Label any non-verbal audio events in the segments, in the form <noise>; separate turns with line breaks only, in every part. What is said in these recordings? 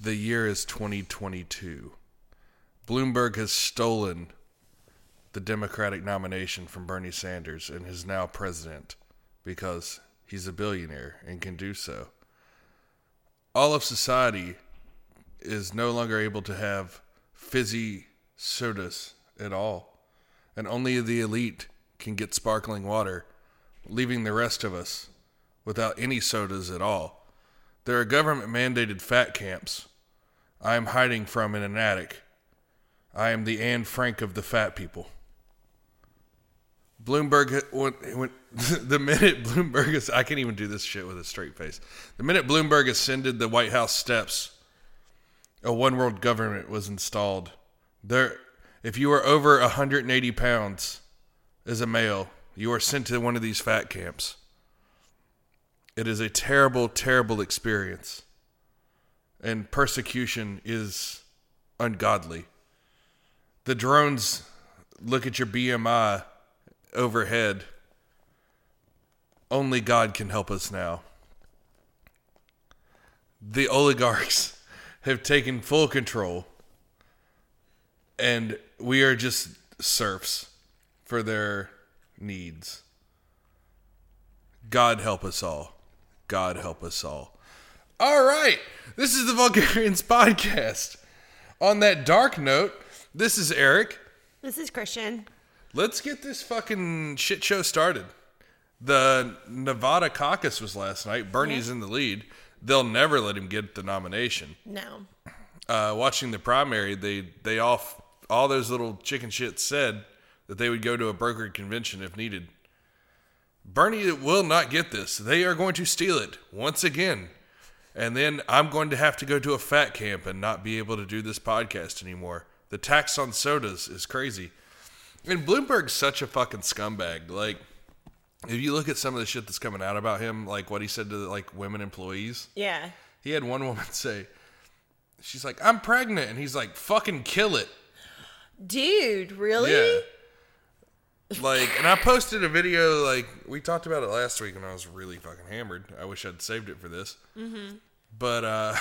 the year is 2022. Bloomberg has stolen the Democratic nomination from Bernie Sanders and is now president because he's a billionaire and can do so. All of society is no longer able to have fizzy sodas at all, and only the elite can get sparkling water, leaving the rest of us without any sodas at all. There are government mandated fat camps I am hiding from in an attic. I am the Anne Frank of the fat people. Bloomberg went, went <laughs> the minute Bloomberg is I can't even do this shit with a straight face. The minute Bloomberg ascended the White House steps, a one world government was installed. There if you are over 180 pounds as a male, you are sent to one of these fat camps. It is a terrible, terrible experience. And persecution is ungodly. The drones look at your BMI overhead. Only God can help us now. The oligarchs <laughs> have taken full control, and we are just serfs for their needs. God help us all. God help us all. All right. This is the Vulgarians <laughs> podcast. On that dark note, this is Eric.
This is Christian.
Let's get this fucking shit show started. The Nevada caucus was last night. Bernie's in the lead. They'll never let him get the nomination.
No.
Uh, watching the primary, they they all all those little chicken shits said that they would go to a brokered convention if needed. Bernie will not get this. They are going to steal it once again. And then I'm going to have to go to a fat camp and not be able to do this podcast anymore. The tax on sodas is crazy. And Bloomberg's such a fucking scumbag. Like, if you look at some of the shit that's coming out about him, like what he said to like women employees,
Yeah.
he had one woman <laughs> say, "She's like, I'm pregnant," and he's like, "Fucking kill it."
Dude, really?
Yeah. Like, and I posted a video, like, we talked about it last week when I was really fucking hammered. I wish I'd saved it for this. Mm-hmm. But, uh,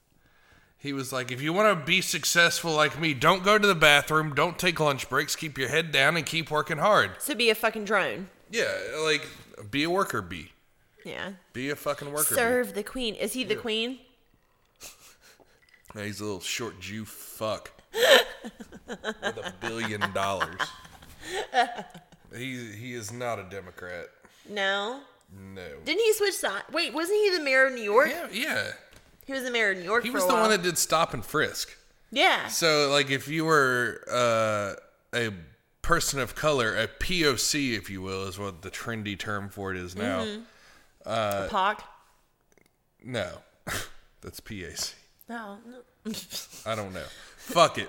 <laughs> he was like, if you want to be successful like me, don't go to the bathroom, don't take lunch breaks, keep your head down, and keep working hard.
So be a fucking drone.
Yeah, like, be a worker bee.
Yeah.
Be a fucking worker
Serve the queen. Is he the queen?
bee. Yeah, he's a little short Jew <laughs> fuck with a billion dollars. he, he is not a Democrat.
No.
No.
Didn't he switch sides? Wait, wasn't he the mayor of New York?
Yeah, yeah.
He was the mayor of New York
He
for
was
a
the
while.
one that did stop and frisk.
yeah.
So, like, if you were uh, a person of color, a POC, if you will, is what the trendy term for it is now. Uh,
The Pock.
No, <laughs> that's PAC.
No. <laughs> no.
I don't know. Fuck it.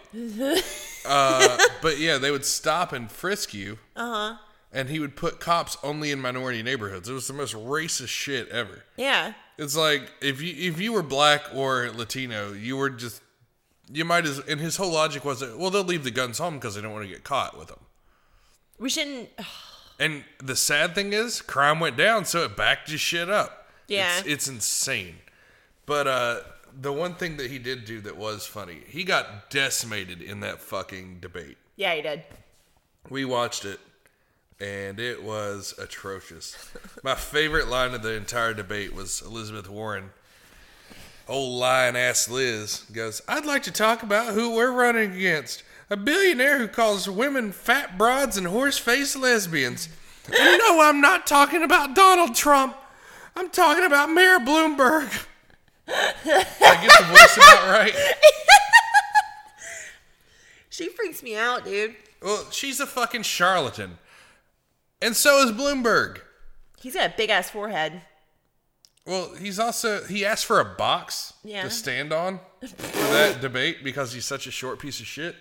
uh, but yeah, they would stop and frisk you. Uh huh. And he would put cops only in minority neighborhoods. It was the most racist shit ever.
yeah.
It's like if you if you were black or Latino, you were just you might as and his whole logic was that, well they'll leave the guns home because they don't want to get caught with them.
We shouldn't.
And the sad thing is, crime went down, so it backed his shit up.
Yeah.
it's, it's insane. But uh, the one thing that he did do that was funny, he got decimated in that fucking debate.
Yeah, he did.
We watched it, and it was atrocious. My favorite line of the entire debate was Elizabeth Warren. Old lion ass Liz goes, I'd like to talk about who we're running against. A billionaire who calls women fat broads and horse faced lesbians. And no, I'm not talking about Donald Trump. I'm talking about Mayor Bloomberg. I get the voice about right.
She freaks me out, dude.
Well, she's a fucking charlatan. And so is Bloomberg.
He's got a big ass forehead.
Well, he's also he asked for a box
Yeah.
to stand on for
<laughs>
that debate because he's such a short piece of shit.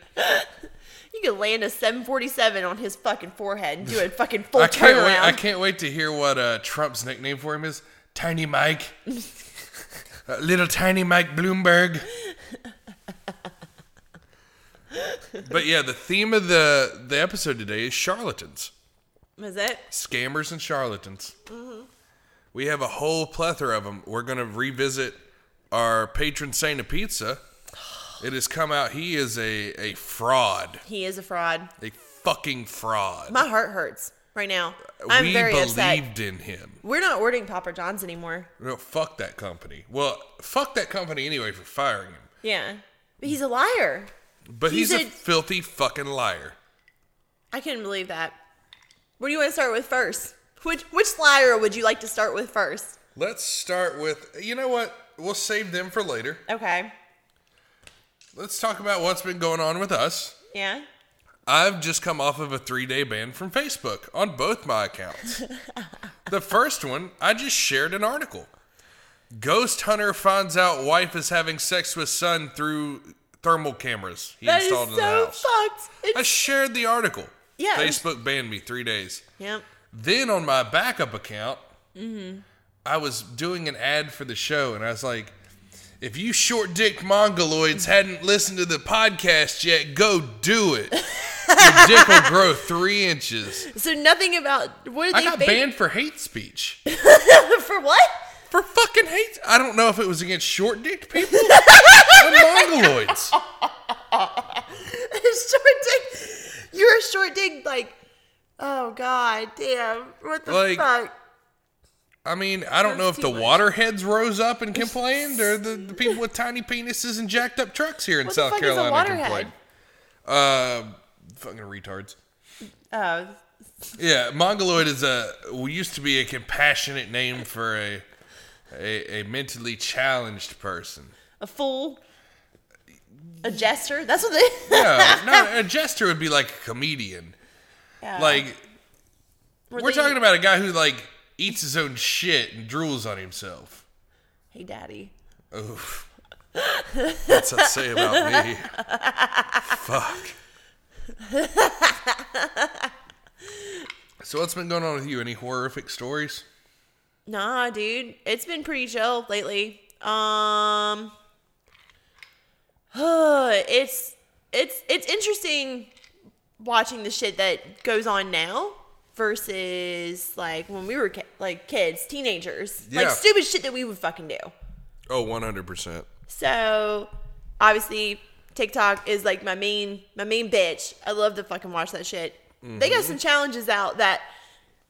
You could land a 747 on his fucking forehead and do a fucking full
I can't
turnaround.
wait. I can't wait to hear what uh, Trump's nickname for him is. Tiny Mike,
<laughs>
Uh, little tiny Mike
<laughs>
Bloomberg. but yeah, the theme of the the episode today is charlatans.
Was it?
scammers
Mm-hmm.
and charlatans. We have a whole plethora of them. We're going to revisit our patron saint of pizza.
<sighs>
It has come out he is a, a fraud,
He is a fraud.
a fucking fraud.
My heart hurts right now. I'm
we
very
believed
upset.
in him.
We're not ordering Papa John's anymore.
No, fuck that company. Well, fuck that company anyway for firing him.
Yeah. But he's a liar.
But he's,
He's
a
a-
filthy fucking liar.
I couldn't believe that. What do you want to start with first? Which which liar would you like to start with first?
Let's start with you know what? We'll save them for later.
Okay.
Let's talk about what's been going on with us.
Yeah.
I've just come off of a three day ban from Facebook on both my
<laughs>
accounts. the first one, I just shared an article. Ghost hunter finds out wife is having sex with son through thermal cameras he
That is
installed in the
so
house.
fucked.
I
It's,
shared the article.
Yeah, it was-
Facebook banned me three days.
yep.
Then on my backup account,
Mm-hmm.
I was doing an ad for the show, and I was like, if you short dick mongoloids hadn't listened to the podcast yet, go do it. Your dick will grow three inches.
So nothing about what did
I
they
got
ban-
banned for hate speech.
<laughs> for what?
For fucking hate. I don't know if it was against short dick
<laughs>
people or mongoloids.
short dick. You're a short dick. Like, oh god, damn. What the
Like-
fuck?
I mean, I don't know if
There's
the
too much.
waterheads rose up and complained, or the, the people with tiny penises and jacked up trucks here in
What the
South
fuck is a
Carolina
waterhead?
complained. Uh, fucking retards.
Oh,
Yeah, mongoloid is a used to be a compassionate name for a a, a mentally challenged person.
a fool. A jester. That's what they. <laughs>
Yeah, no, a jester would be like a comedian.
Yeah.
Like
Were
we're,
they-
talking about a guy who like eats his own shit and drools on himself.
Hey, daddy.
Oof. What's that say about me?
<laughs>
Fuck. so what's been going on with you? Any horrific stories?
Nah, dude. It's been pretty chill lately. Um <sighs> it's it's it's interesting watching the shit that goes on now versus like when we were ki- like kids, teenagers.
Yeah.
Like stupid shit that we would fucking do.
Oh, 100%.
So obviously TikTok is like my main my main bitch. I love to fucking watch that shit. They
Mm-hmm.
got some challenges out that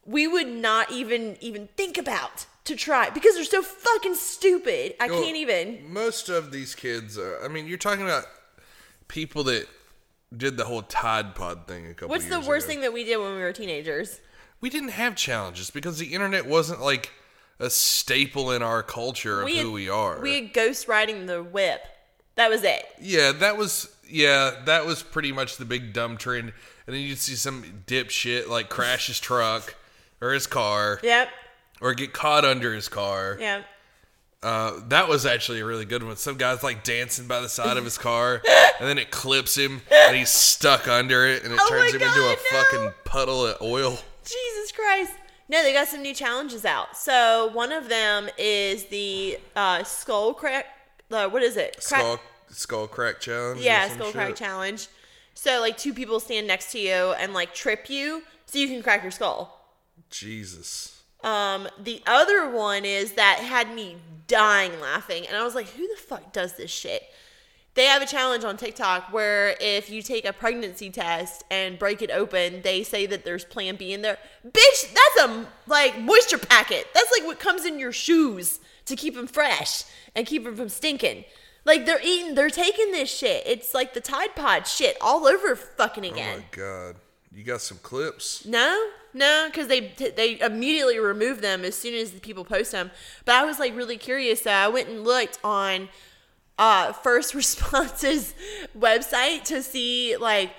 we would not even even think about to try because they're so fucking stupid. I
Well,
can't even.
Most of these kids are. I mean, you're talking about people that did the whole Tide Pod thing a couple.
What's the
years
worst
ago.
thing that we did when we were teenagers?
We didn't have challenges because the internet wasn't like a staple in our culture of
We
who
had-
we are.
We had ghost riding the whip. That was it.
yeah, that was yeah, that was pretty much the big dumb trend. And then you'd see some dipshit like crash his truck or his car
Yep.
or get caught under his car.
Yep.
Uh, that was actually a really good one. Some guy's like dancing by the side of his
<laughs>
car, and then it clips him, and he's stuck under it, and it
Oh
turns
my
him into a
God, no.
fucking puddle of oil.
Jesus Christ. No, they got some new challenges out. So one of them is the uh, skull crack. Uh, what is it? Crack-
Skull, skull crack challenge. or
Yeah,
some
skull crack
shit.
challenge. So like two people stand next to you and like trip you so you can crack your skull.
Jesus.
Um, the other one is that had me dying laughing, and I was like, "Who the fuck does this shit?" They have a challenge on TikTok where if you take a pregnancy test and break it open, they say that there's Plan B in there. Bitch, that's a like moisture packet. That's like what comes in your shoes to keep them fresh and keep them from stinking. Like they're eating, they're taking this shit. It's like the Tide Pod shit all over fucking
Oh
again.
my god. You got some clips.
No, no, because they they immediately remove them as soon as the people post them. But I was like really curious, so I went and looked on uh, First <laughs> Responses website to see like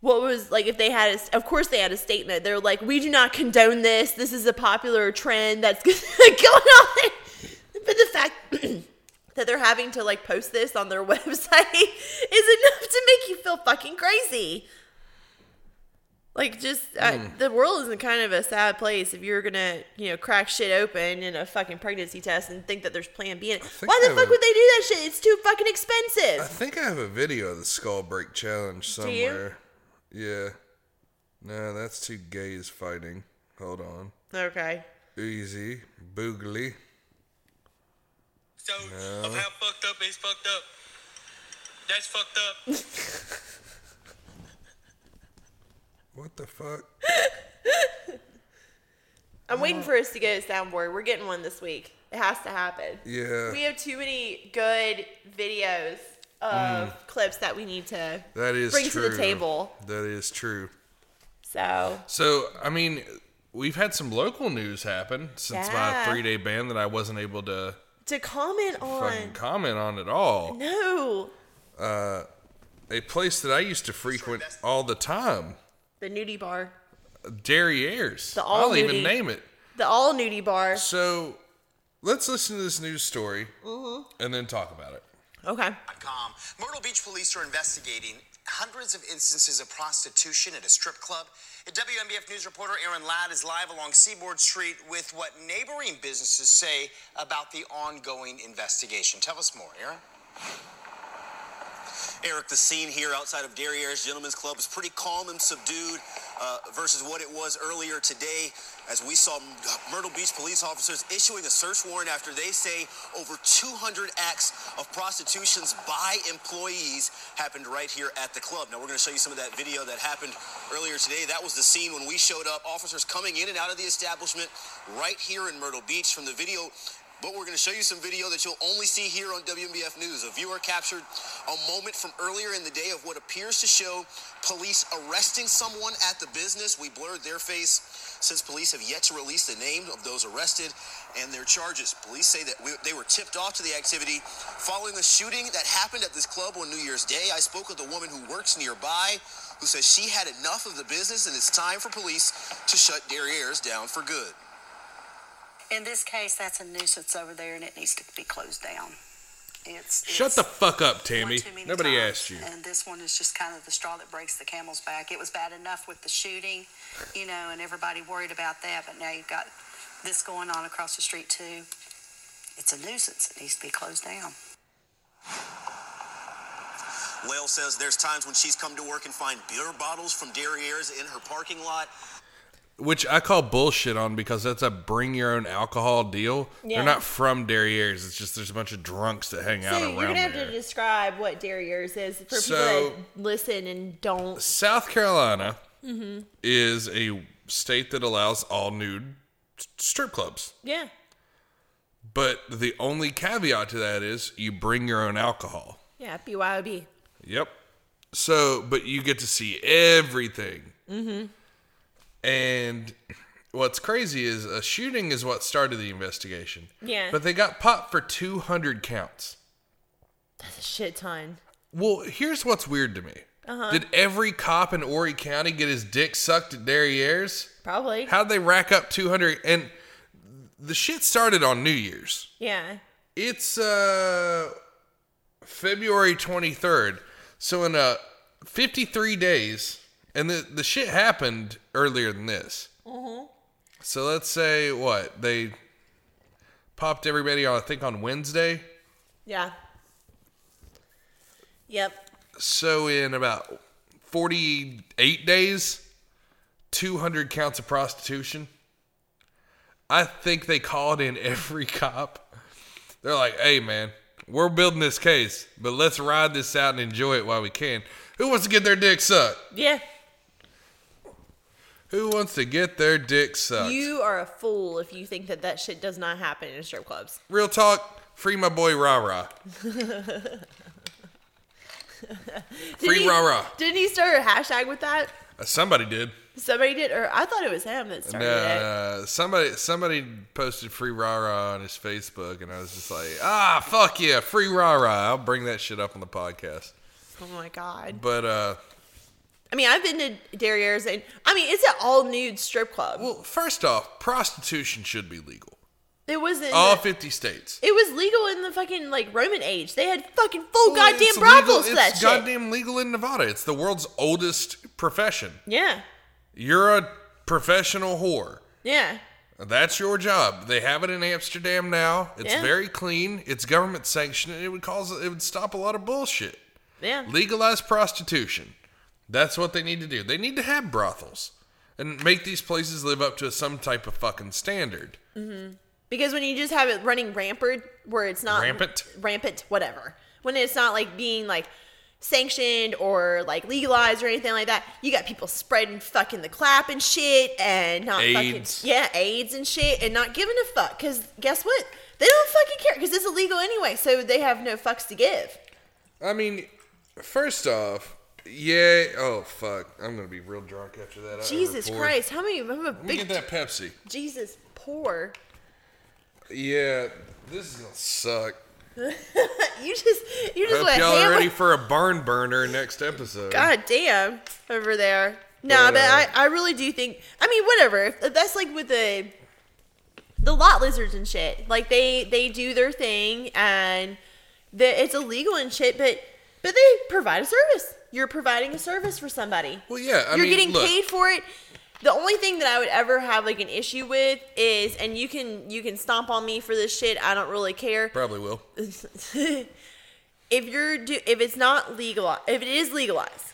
what was like if they had. A, s- of course, they had a statement. They're like, "We do not condone this. This is a popular trend that's <laughs> going on." But the fact <clears throat> that they're having to like post this on their <laughs> website is enough to make you feel fucking crazy. Like just uh,
Hmm.
the world is in kind of a sad place if you're gonna you know crack shit open in a fucking pregnancy test and think that there's Plan B. In it.
think
Why
I
the fuck
would-
would they do that shit? It's too fucking
I
expensive.
think I have a video of the skull break challenge
Do you?
somewhere. Yeah. No, that's two gays fighting. Hold on.
Okay.
Easy. Boogly.
stoked of how fucked up is fucked up. That's fucked up.
What the fuck?
I'm waiting for us to get a soundboard. We're getting one this week. It has to happen.
Yeah.
<laughs> We have too many good videos of clips that we need to
Mm. that is
bring
true.
to the table.
That is true.
So
So, I mean, we've had some local news happen since
Yeah.
my three day ban that I wasn't able to
to comment
fucking
on
comment on at all.
no
A place that I used to frequent all the time,
the nudie bar,
Derriere's.
The all
I'll even
nudie.
name it.
the all nudie bar.
So, let's listen to this news story
Mm-hmm.
and then talk about it.
Okay.
Com. Myrtle Beach police are investigating hundreds of instances of prostitution at a strip club. And WMBF News reporter Aaron Ladd is live along Seaboard Street with what neighboring businesses say about the ongoing investigation. Tell us more, Aaron.
Eric, the scene here outside of Derriere's Gentlemen's Club is pretty calm and subdued uh, versus what it was earlier today as we saw Myrtle Beach police officers issuing a search warrant after they say over 200 acts of prostitutions by employees happened right here at the club. Now, we're going to show you some of that video that happened earlier today. That was the scene when we showed up, officers coming in and out of the establishment right here in Myrtle Beach from the video. But we're going to show you some video that you'll only see here on WMBF News. A viewer captured a moment from earlier in the day of what appears to show police arresting someone at the business. We blurred their face since police have yet to release the name of those arrested and their charges. Police say that we, they were tipped off to the activity following a shooting that happened at this club on New Year's Day. I spoke with a woman who works nearby who says she had enough of the business and it's time for police to shut Derriere's down for good.
In this case, that's a nuisance over there and it needs to be closed down. It's.
Shut
it's
the fuck up,
one
Tammy.
too many
Nobody
times,
asked you.
And this one is just kind of the straw that breaks the camel's back. It was bad enough with the shooting, you know, and everybody worried about that, but now you've got this going on across the street too. It's a nuisance. It needs to be closed down.
Lael says there's times when she's come to work and find beer bottles from Derriere's in her parking lot.
which I call bullshit on because that's a bring your own alcohol deal.
Yeah.
They're not from Derriere's. It's just there's a bunch of drunks that hang out
So you're
around
gonna have
there.
to describe what Derriere's is for
So-
people that listen and don't.
South Carolina
Mm-hmm.
is a state that allows all nude s- strip clubs,
Yeah.
but the only caveat to that is you bring your own alcohol.
Yeah. BYOB.
Yep. So, but you get to see everything. Mm-hmm. And what's crazy is a shooting is what started the investigation.
Yeah.
But they got popped for 200 counts.
That's a shit ton.
Well, here's what's weird to me. Did every cop in Horry County get his dick sucked at Derriere's?
Probably.
How'd they rack up 200? And the shit started on New Year's.
yeah.
It's uh February 23rd. So in uh 53 days and the the shit happened earlier than this. Mhm. So let's say what? They popped everybody on I think on Wednesday.
Yeah. Yep.
So in about 48 days, 200 counts of prostitution. I think they called in every cop. They're like, "Hey man, we're building this case, but let's ride this out and enjoy it while we can. Who wants to get their dick sucked?
Yeah.
Who wants to get their dick sucked?"
You are a fool if you think that that shit does not happen in strip clubs.
Real talk, free my boy Rah Rah. free
he-
Rah Rah.
Didn't he start a hashtag with that?
Uh, Somebody did.
Somebody did, or I thought it was him that started it.
No, somebody somebody posted free rara on his Facebook, and I was just like, ah, fuck yeah, free rara. I'll bring that shit up on the podcast.
Oh my god!
But uh,
I mean, I've been to Derriere's, and I mean, it's an all nude strip club.
well, first off, prostitution should be legal.
it was in
All
the-
fifty states.
it was legal in the fucking like Roman age. They had fucking full
Well,
goddamn
it's
brothels for
legal,
that
It's
shit.
goddamn legal in Nevada. It's the world's oldest profession.
Yeah,
You're a professional whore.
yeah,
That's your job. They have it in Amsterdam now. It's
Yeah.
very clean. It's government sanctioned. and It would cause it would stop a lot of bullshit.
yeah.
legalize prostitution. That's what they need to do. They need to have brothels and make these places live up to some type of fucking standard.
Because when you just have it running rampant, where it's not
Rampant?
rampant, whatever. When it's not like being like sanctioned or like legalized or anything like that, you got people spreading fucking the clap and shit and not
AIDS.
fucking yeah AIDS and shit and not giving a fuck. Because guess what? They don't fucking care because it's illegal anyway, so they have no fucks to give.
I mean, first off, yeah. Oh fuck, I'm gonna be real drunk after that. I
Jesus
overpoured.
Christ, how many? I'm a
Uh, Let me get
big
that Pepsi.
Jesus poor. <laughs>
Yeah, this is gonna suck.
You just you just
Hope
went
y'all
ham
are ready for a barn burner next episode.
God damn over there. No,
But,
but, I,
uh,
I really do think I mean whatever. If That's like with the the lot lizards and shit. Like they they do their thing and the, it's illegal and shit, but but they provide a service. You're providing a service for somebody.
Well, yeah, I
You're
mean,
getting
look.
paid for it. The only thing that I would ever have like an issue with is, and you can you can stomp on me for this shit. I don't really care.
Probably will.
<laughs> if you're do if it's not legal if it is legalized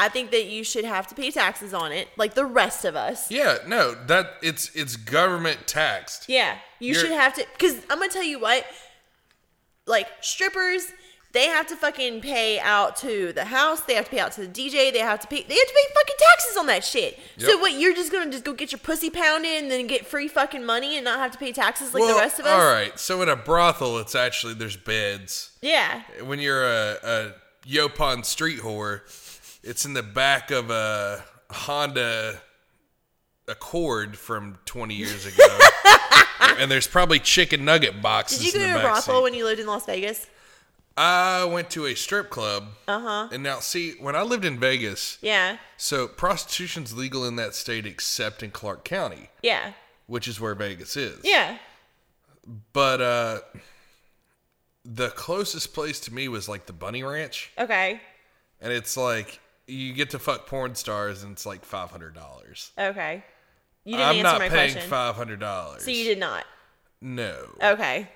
i think that you should have to pay taxes on it like the rest of us
Yeah, no, that it's it's government taxed.
yeah you
You're-
should have to because i'm gonna tell you what like strippers they have to fucking pay out to the house they have to pay out to the dj they have to pay they have to pay fucking taxes on that shit so
Yep.
what you're just gonna just go get your pussy pounded and then get free fucking money and not have to pay taxes like
well,
the rest of us
all right. So in a brothel, it's actually there's beds.
yeah
When you're a, a Yopon street whore, it's in the back of a Honda Accord from 20 years ago,
<laughs>
and there's probably chicken nugget boxes.
did you
in the
go to a
back
brothel
seat.
when you lived in las vegas
I went to a strip club. Uh huh.
Uh-huh.
And now, see, when I lived in Vegas,
yeah
so prostitution's legal in that state except in Clark County,
yeah
which is where Vegas is.
yeah
But uh, the closest place to me was like the Bunny Ranch,
okay
and it's like you get to fuck porn stars, and it's like five hundred dollars.
Okay. You didn't
I'm
answer
not
my
paying
question.
five hundred dollars.
So you did Oh. not.
No,
Okay.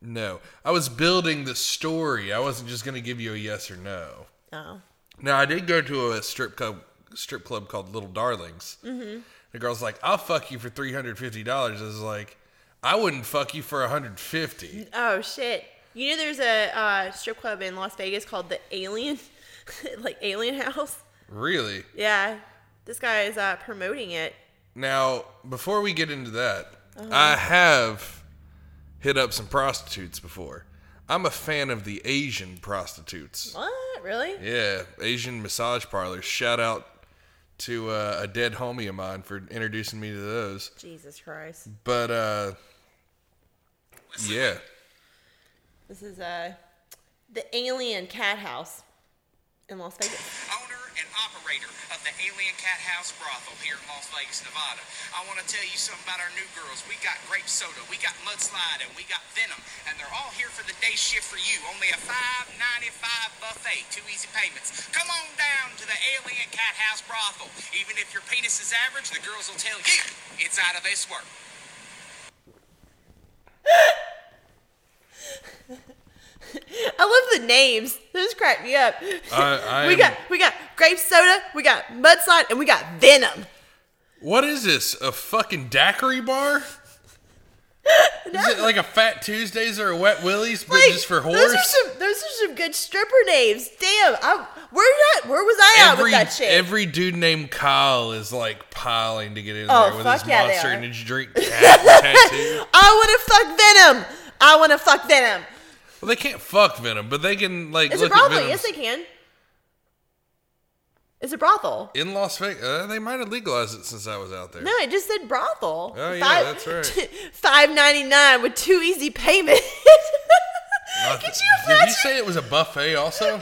no. I was building the story. I wasn't just gonna give you a yes or no.
Oh.
Now I did go to a strip club, strip club called Little Darlings. Mm-hmm. The girl's like, "I'll fuck you for three hundred fifty dollars." I was like, "I wouldn't fuck you for a hundred fifty.
Oh shit. You know there's a uh, strip club in Las Vegas called the Alien, <laughs> like Alien House.
Really?
Yeah. This guy is uh, promoting it.
Now, before we get into that,
Uh-huh.
I have hit up some prostitutes before. I'm a fan of the Asian
Oh.
prostitutes.
What? Really?
Yeah, Asian massage parlors. Shout out to uh, a dead homie of mine for introducing me to those.
Jesus Christ.
But uh, yeah,
This is uh the Alien Cat House in Las Vegas. <laughs>
owner and operator of the Alien Cat House Brothel here in Las Vegas, Nevada. I want to tell you something about our new girls. We got grape soda, we got mudslide, and we got venom, and they're all here for the day shift for you. Only a $5.95 buffet, two easy payments. Come on down to the Alien Cat House Brothel. Even if your penis is average, the girls will tell you it's out of this world.
I love the names. Those crack me up.
I, I
<laughs> we
am-
got we got grape soda, we got mudslide, and we got venom.
What is this? A fucking daiquiri
<laughs>
bar? Is it like a Fat Tuesdays or a Wet Willies, but
Like,
just for whores?
Those are some those are some good stripper names. Damn, I, where did I, where was I at
every,
with that shit?
every dude named Kyle is like piling to get in
Oh,
there with
fuck
his
yeah, they
monster
are.
energy drink <laughs> cat tattoo.
I want to fuck Venom. I want to fuck Venom.
Well, they can't fuck Venom, but they can like
It's
look
a brothel.
at Venom
Yes, they can. It's a brothel.
in Las Vegas. Uh, they might have legalized it since I was out there.
No, it just said brothel.
Oh, yeah, that's right.
<laughs> Five ninety nine with two easy <laughs> payments.
Uh,
Could you
Did
imagine?
he say it was a buffet
<laughs>
also?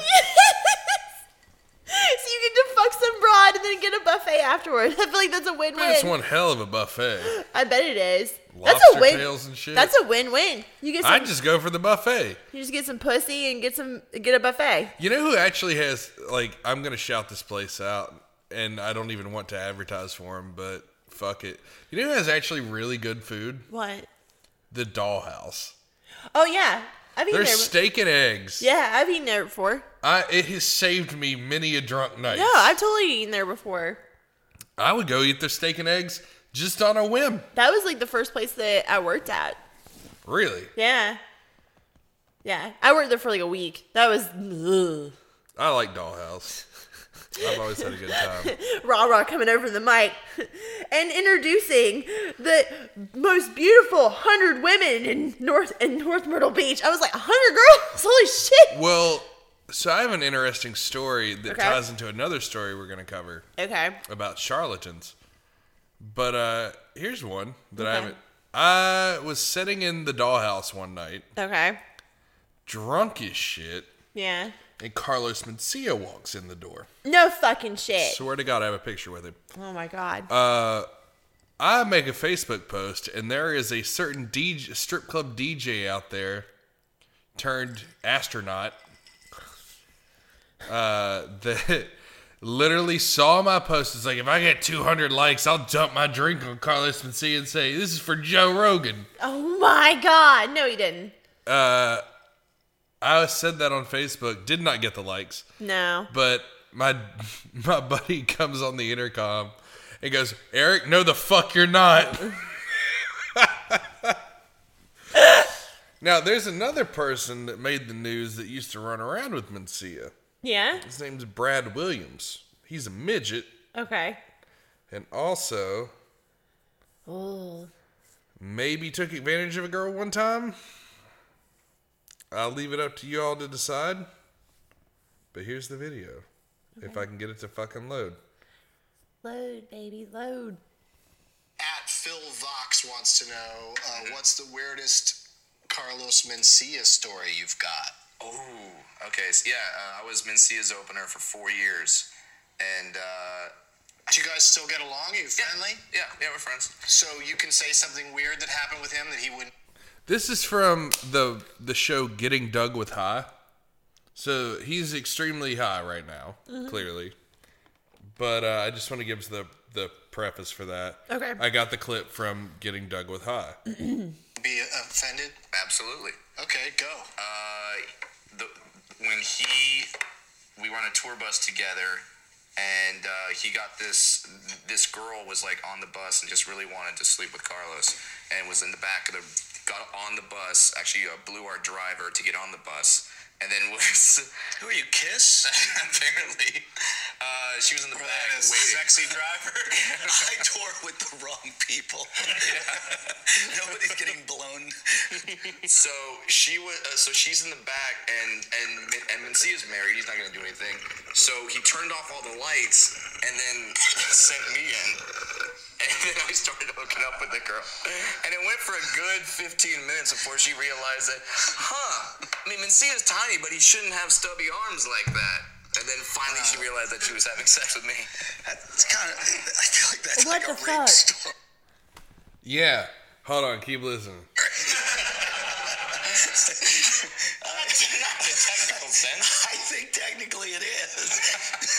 so you get to fuck some broad and then get a buffet afterwards. <laughs> I feel like that's a win
That's
win.
one hell of a buffet.
I bet it is. that's
Lobster
a win.
tails and shit.
That's a win win. You get some
I just go for the buffet.
You just get some pussy and get some get a buffet.
You know who actually has like I'm gonna shout this place out, and I don't even want to advertise for him, but fuck it. You know who has actually really good food?
What?
The Dollhouse.
Oh yeah, I've eaten
Their
there.
steak and eggs.
yeah, I've eaten there before.
I, it has saved me many a drunk night.
No, I've totally eaten there before.
I would go eat their steak and eggs just on a whim.
That was like the first place that I worked at.
Really?
Yeah. Yeah. I worked there for like a week. That was ugh.
I like
<laughs>
Dollhouse. I've always had a good time.
rah rah coming over the mic <laughs> and introducing the most beautiful hundred women in North in North Myrtle Beach. I was like, hundred girls? <laughs> Holy shit.
Well, so I have an interesting story that
Okay.
ties into another story we're going to cover
Okay.
about charlatans. But uh here's one that I
Okay.
haven't. I was sitting in the dollhouse one night,
Okay.
drunk as shit,
Yeah.
and Carlos Mencia walks in the door.
No fucking shit.
Swear to God, I have a picture with him.
Oh my god.
uh, I make a Facebook post, and there is a certain DJ, strip club DJ out there turned astronaut uh, <laughs> that literally saw my post. It's like, if I get 200 likes, I'll dump my drink on Carlos Mencia and say, This is for Joe Rogan.
oh my god. No, he didn't.
I said that on Facebook, did not get the likes,
No.
but my, <laughs> my buddy comes on the intercom and goes, Eric, no, the fuck you're not. <laughs> Now, there's another person that made the news that used to run around with Mencia.
Yeah.
His name's Brad Williams. He's a midget
Okay.
and also
Oh.
maybe took advantage of a girl one time. I'll leave it up to you all to decide. But here's the video. If I can get it to fucking load.
Load, baby, load.
at Phil Vox wants to know
Mm-hmm.
uh, what's the weirdest Carlos Mencia story you've got?
Oh, okay. So, yeah, uh, I was Mencia's opener for four years, and uh,
Do you guys still get along? Are you friendly?
yeah, yeah, we're friends.
So you can say something weird that happened with him that he wouldn't
This is from the the show Getting Dug with High. So he's extremely high right now, clearly. But uh, I just want to give us the the preface for that.
Okay.
I got the clip from Getting Dug with High.
be offended.
Absolutely.
Okay, go.
Uh, the, when he, we were on a tour bus together, and uh, he got this. This girl was like on the bus and just really wanted to sleep with Carlos, and was in the back of the. Got on the bus. Actually, uh, blew our driver to get on the bus, and then <laughs> was. Who are you kiss? apparently, uh, she was in the back
That is
waiting.
sexy driver.
<laughs> I tour with the wrong
<laughs>
people. <laughs> Nobody's getting blown. so she was. Uh, so she's in the back, and and Min- and Mencia's married. He's not gonna do anything. So he turned off all the lights, and then <laughs> sent me in. And then I started hooking up with the girl, and it went for a good 15 minutes before she realized that, huh? I mean, Mencia's tiny, but he shouldn't have stubby arms like that. And then finally, she realized that she was having sex with me.
That's kind of. I feel like that's
What
like
the
a rape
fuck?
story.
Yeah. Hold on, keep listening.
Not in a technical sense.
I think technically it is.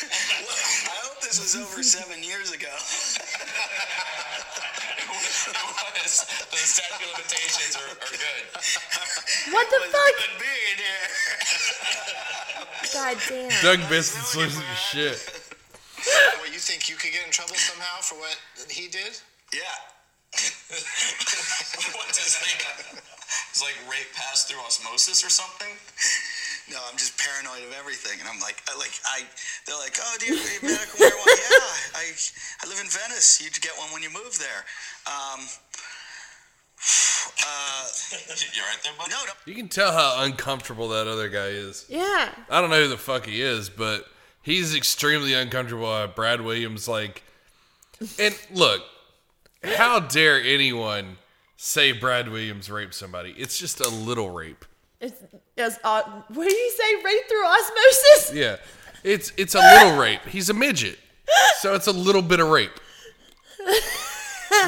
I hope this was over seven years ago.
it was. The statute of limitations are, are good.
What the fuck?
being here.
God damn.
Doug Benson's losing his shit.
<laughs> What, you think you could get in trouble somehow for what he did?
<laughs> what does that? It's like rape passed through osmosis or something.
No, I'm just paranoid of everything, and I'm like, I like, I, they're like, oh, do you need medical marijuana? yeah, I, I live in Venice. You'd get one when you move there. Um, <sighs> uh,
<laughs> You're right there, buddy.
no, no,
You can tell how uncomfortable that other guy is.
Yeah.
I don't know who the fuck he is, but he's extremely uncomfortable at Brad Williams like and look, how dare anyone say Brad Williams raped somebody? It's just a little rape.
It's, it's uh, what do you say? Right through osmosis?
Yeah. It's it's a little rape. He's a midget. So it's a little bit of rape.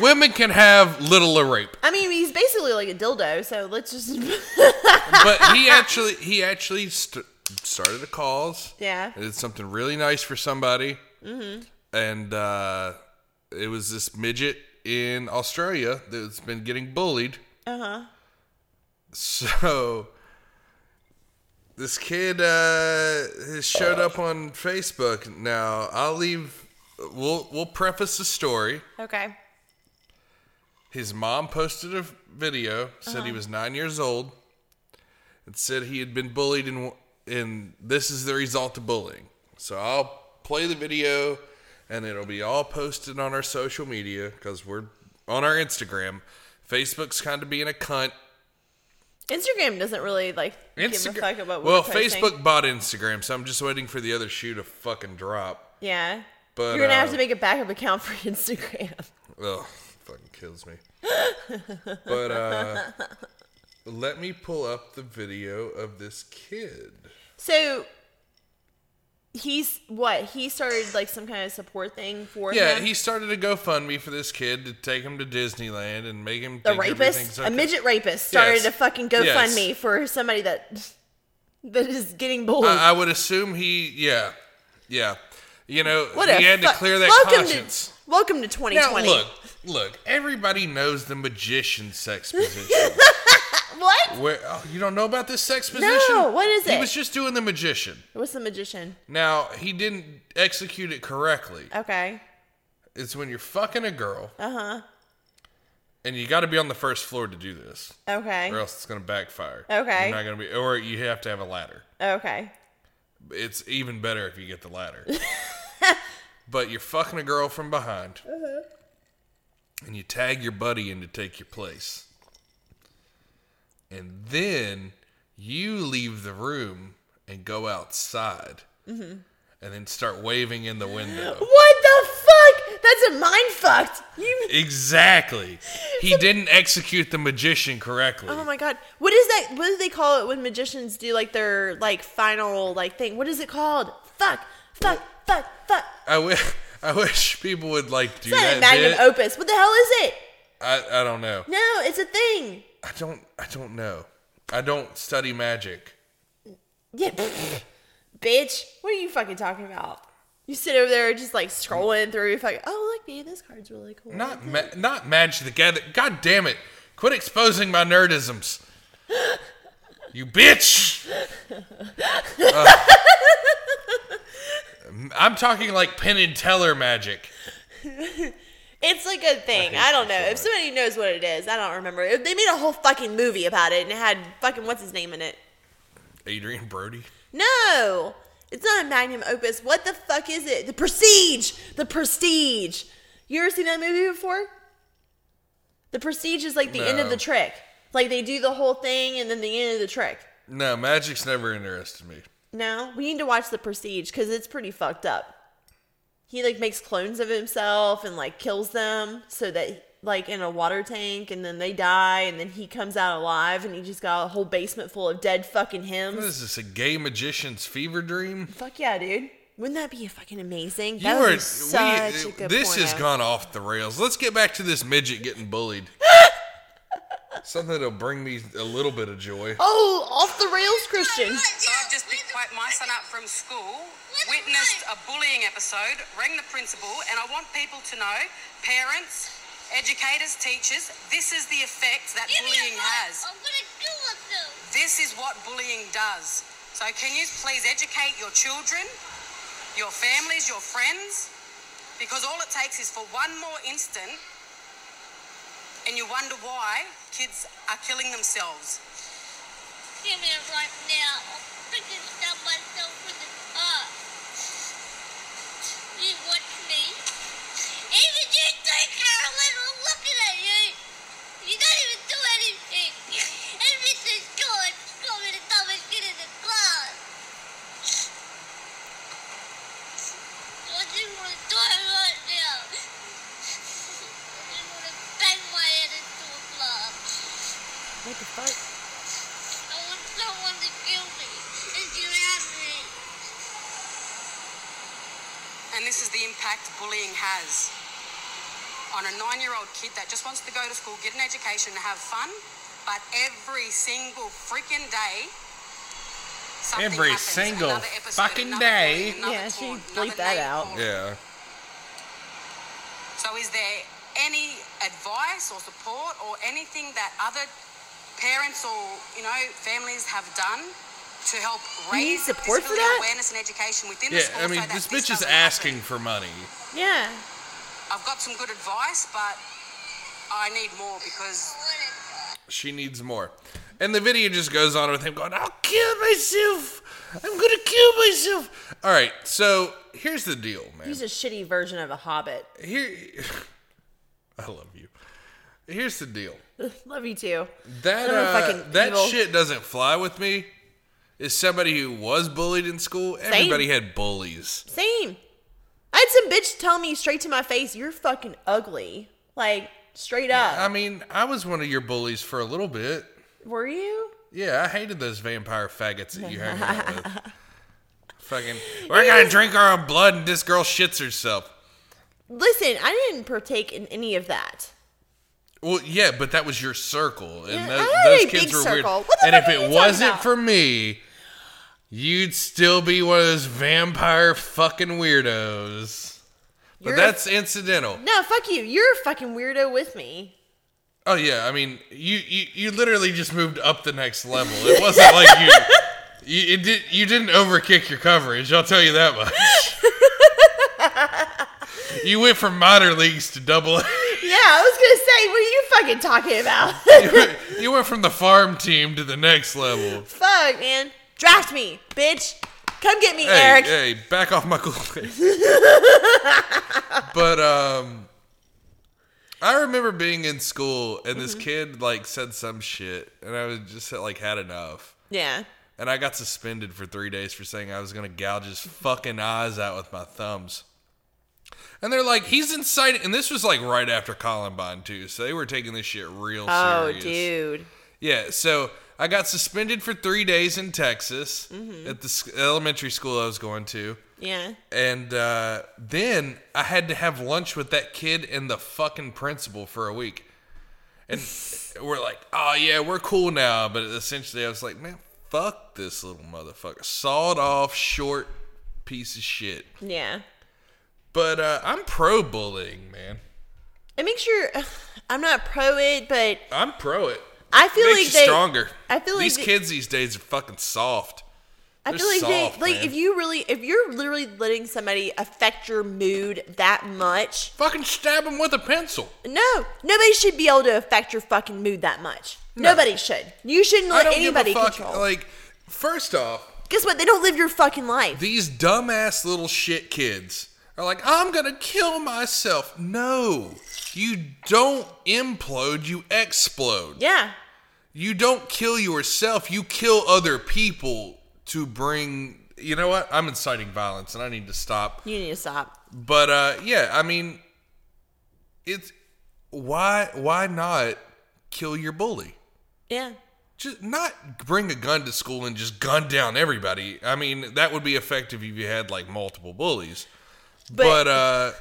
Women can have little of rape.
I mean, he's basically like a dildo, so let's <laughs> just.
but he actually he actually st- started a cause.
Yeah.
It did something really nice for somebody. Mm-hmm. And uh, it was this midget in Australia that's been getting bullied. Uh huh. So this kid uh, has showed up on Facebook. Now I'll leave. We'll we'll preface the story.
okay.
His mom posted a video, said
Uh-huh.
he was nine years old, and said he had been bullied, and and this is the result of bullying. So I'll play the video, and it'll be all posted on our social media because we're on our Instagram. Facebook's kind of being a cunt.
Instagram doesn't really like give a fuck
Instagram.
about what
Well,
we're posting.
Facebook bought Instagram, so I'm just waiting for the other shoe to fucking drop.
Yeah.
But
You're gonna have
uh,
to make a backup account for <laughs> Instagram.
Ugh, fucking kills me. but uh, let me pull up the video of this kid.
So he's what? He started like some kind of support thing for
Yeah,
him.
he started a GoFundMe for this kid to take him to Disneyland and make him
the
think
rapist,
everything's
a
okay.
midget rapist, started
Yes.
a fucking
Yes.
GoFundMe for somebody that that is getting bullied.
I, I would assume he, yeah, yeah. You know,
what a
he had to
fuck-
clear that
welcome
conscience.
To, welcome to
now
2020.
look, look. Everybody knows the magician sex position.
<laughs> What?
Where oh, you don't know about this sex position?
what is
He
it?
was just doing the magician.
What's the magician?
Now he didn't execute it correctly.
Okay.
It's when you're fucking a girl. Uh huh. And you got to be on the first floor to do this,
Okay.
or else it's gonna backfire.
Okay.
You're not gonna be, or you have to have a ladder.
Okay.
It's even better if you get the ladder. but you're fucking a girl from behind, and you tag your buddy in to take your place, and then you leave the room and go outside, and then start waving in the window.
What the fuck? That's a mind fucked. You.
Exactly. He didn't execute the magician correctly.
Oh my god. What is that? What do they call it when magicians do like their like final like thing? What is it called? Fuck. Fuck. Fuck. Fuck.
I wish I wish people would like do
It's not
that.
a magnum
bit.
opus. What the hell is it?
I I don't know.
No, it's a thing.
I don't I don't know. I don't study magic.
Yeah. <laughs> pfft. Bitch, what are you fucking talking about? You sit over there just like scrolling through, fucking, oh, look, dude, this card's really cool.
Not ma- not Magic the Gather. God damn it. Quit exposing my nerdisms. You bitch. Uh, I'm talking like Penn and Teller magic.
It's a good thing. I, don't know. If somebody knows what it is, I don't remember. It- They made a whole fucking movie about it and it had fucking what's his name in it.
Adrian Brody.
No! It's not a magnum opus. What the fuck is it? The Prestige! The Prestige! You ever seen that movie before? The Prestige is like the end of
No.
the trick. Like they do the whole thing and then the end of the trick.
No, magic's never interested me.
No, we need to watch The Prestige because it's pretty fucked up. He like makes clones of himself and like kills them so that like in a water tank and then they die and then he comes out alive and he just got a whole basement full of dead fucking
What
hymns.
is this? A gay magician's fever dream?
Fuck yeah, dude. Wouldn't that be fucking amazing?
You
That would
are-
be such
we- uh,
a good
This has
porno.
gone off the rails. Let's get back to this midget getting
<laughs>
bullied. Something that'll bring me a little bit of joy.
Oh, off the rails, Christian.
So I've just picked my my son up from school, witnessed a bullying episode, rang the principal, and I want people to know parents, educators, teachers this is the effect that bullying has.
I'm gonna do it though.
This is what bullying does. So can you please educate your children, your families, your friends? Because all it takes is for one more instant and you wonder why kids are killing themselves.
Give me it right now. I'm freaking stab myself with an art. You watch me. Even you think Carolyn was looking at you. You don't even do anything. And Mrs. George told me to come and get in the class. I didn't want to do it right now. I didn't want to bang my head into a glass.
What the fuck?
I want someone to kill me. If you have me.
And this is the impact bullying has on a nine year old kid that just wants to go to school, get an education, and have fun. But every single freaking day, something
Every
happens.
single
Another episode,
fucking
another bullying,
day.
another
Yeah, she
taunt,
bleeped
another
that
name
out.
calling.
Yeah.
So, is there any advice or support or anything that other parents or you know families have done to help
need
raise
support for
disability
that?
awareness and education within
Yeah,
the school?
I mean,
so that
this bitch is
doesn't happen?
asking for money.
Yeah.
I've got some good advice, but I need more because
She needs more. And the video just goes on with him going, I'll kill myself. I'm going to kill myself. All right. So here's the deal, man.
He's a shitty version of a hobbit. <laughs>
Here. <laughs> I love you. Here's the deal.
Love you too.
That
Little
uh,
fucking
that
evil.
shit doesn't fly with me. Is somebody who was bullied in school. Everybody had bullies.
Same. I had some bitch tell me straight to my face, "You're fucking ugly." Like straight up.
I mean, I was one of your bullies for a little bit.
Were you?
Yeah, I hated those vampire faggots that you hung out
<laughs>
with. Fucking, we're gonna drink our own blood, and this girl shits herself.
Listen, I didn't partake in any of that.
Well, yeah, but that was your circle, and
Yeah,
tho-
I had
those
a
kids
big
were weird.
circle. What the
and
fuck
if
are you
it
talking
wasn't
about?
for me, you'd still be one of those vampire fucking weirdos. But
You're a-
that's incidental.
No, fuck you. You're a fucking weirdo with me.
Oh yeah, I mean, you, you you literally just moved up the next level. It wasn't like you you it did you didn't overkick your coverage. I'll tell you that much. you went from minor leagues to double. <laughs> A.
Yeah, I was gonna say, what are you fucking talking about? <laughs>
you went from the farm team to the next level.
Fuck, man. Draft me, bitch. Come get me,
Hey,
Eric.
hey, back off my cool But um I remember being in school and this kid like said some shit and I was just like had enough.
Yeah.
And I got suspended for three days for saying I was gonna gouge his fucking eyes out with my thumbs. And they're like, he's inciting, and this was like right after Columbine too, so they were taking this shit real
Oh,
serious.
dude.
Yeah, so I got suspended for three days in Texas
Mm-hmm.
at the s- elementary school I was going to,
Yeah.
and uh, then I had to have lunch with that kid and the fucking principal for a week. And we're like, oh yeah, we're cool now, but essentially I was like, man, fuck this little motherfucker, sawed off, short piece of shit.
Yeah.
But uh, I'm pro bullying, man.
It makes your. <sighs> I'm not pro it, but
I'm pro it.
I feel
Makes
like
you
they.
stronger.
I feel like
these
they-
kids these days are fucking soft.
I
They're
feel like
soft,
they like
man.
if you really if you're literally letting somebody affect your mood that much.
Fucking stab him with a pencil.
No, nobody should be able to affect your fucking mood that much. Nobody should. You shouldn't
I
let
don't
anybody
give a fuck.
control.
Like, first off,
Guess what? They don't live your fucking life.
these dumbass little shit kids are like, I'm gonna kill myself. No, you don't implode, you explode.
yeah.
You don't kill yourself, you kill other people to bring. You know what? I'm inciting violence and I need to stop.
You need to stop.
But uh, yeah, I mean, it's why why not kill your bully?
Yeah.
just not bring a gun to school and just gun down everybody. I mean, that would be effective if you had like multiple bullies. But, uh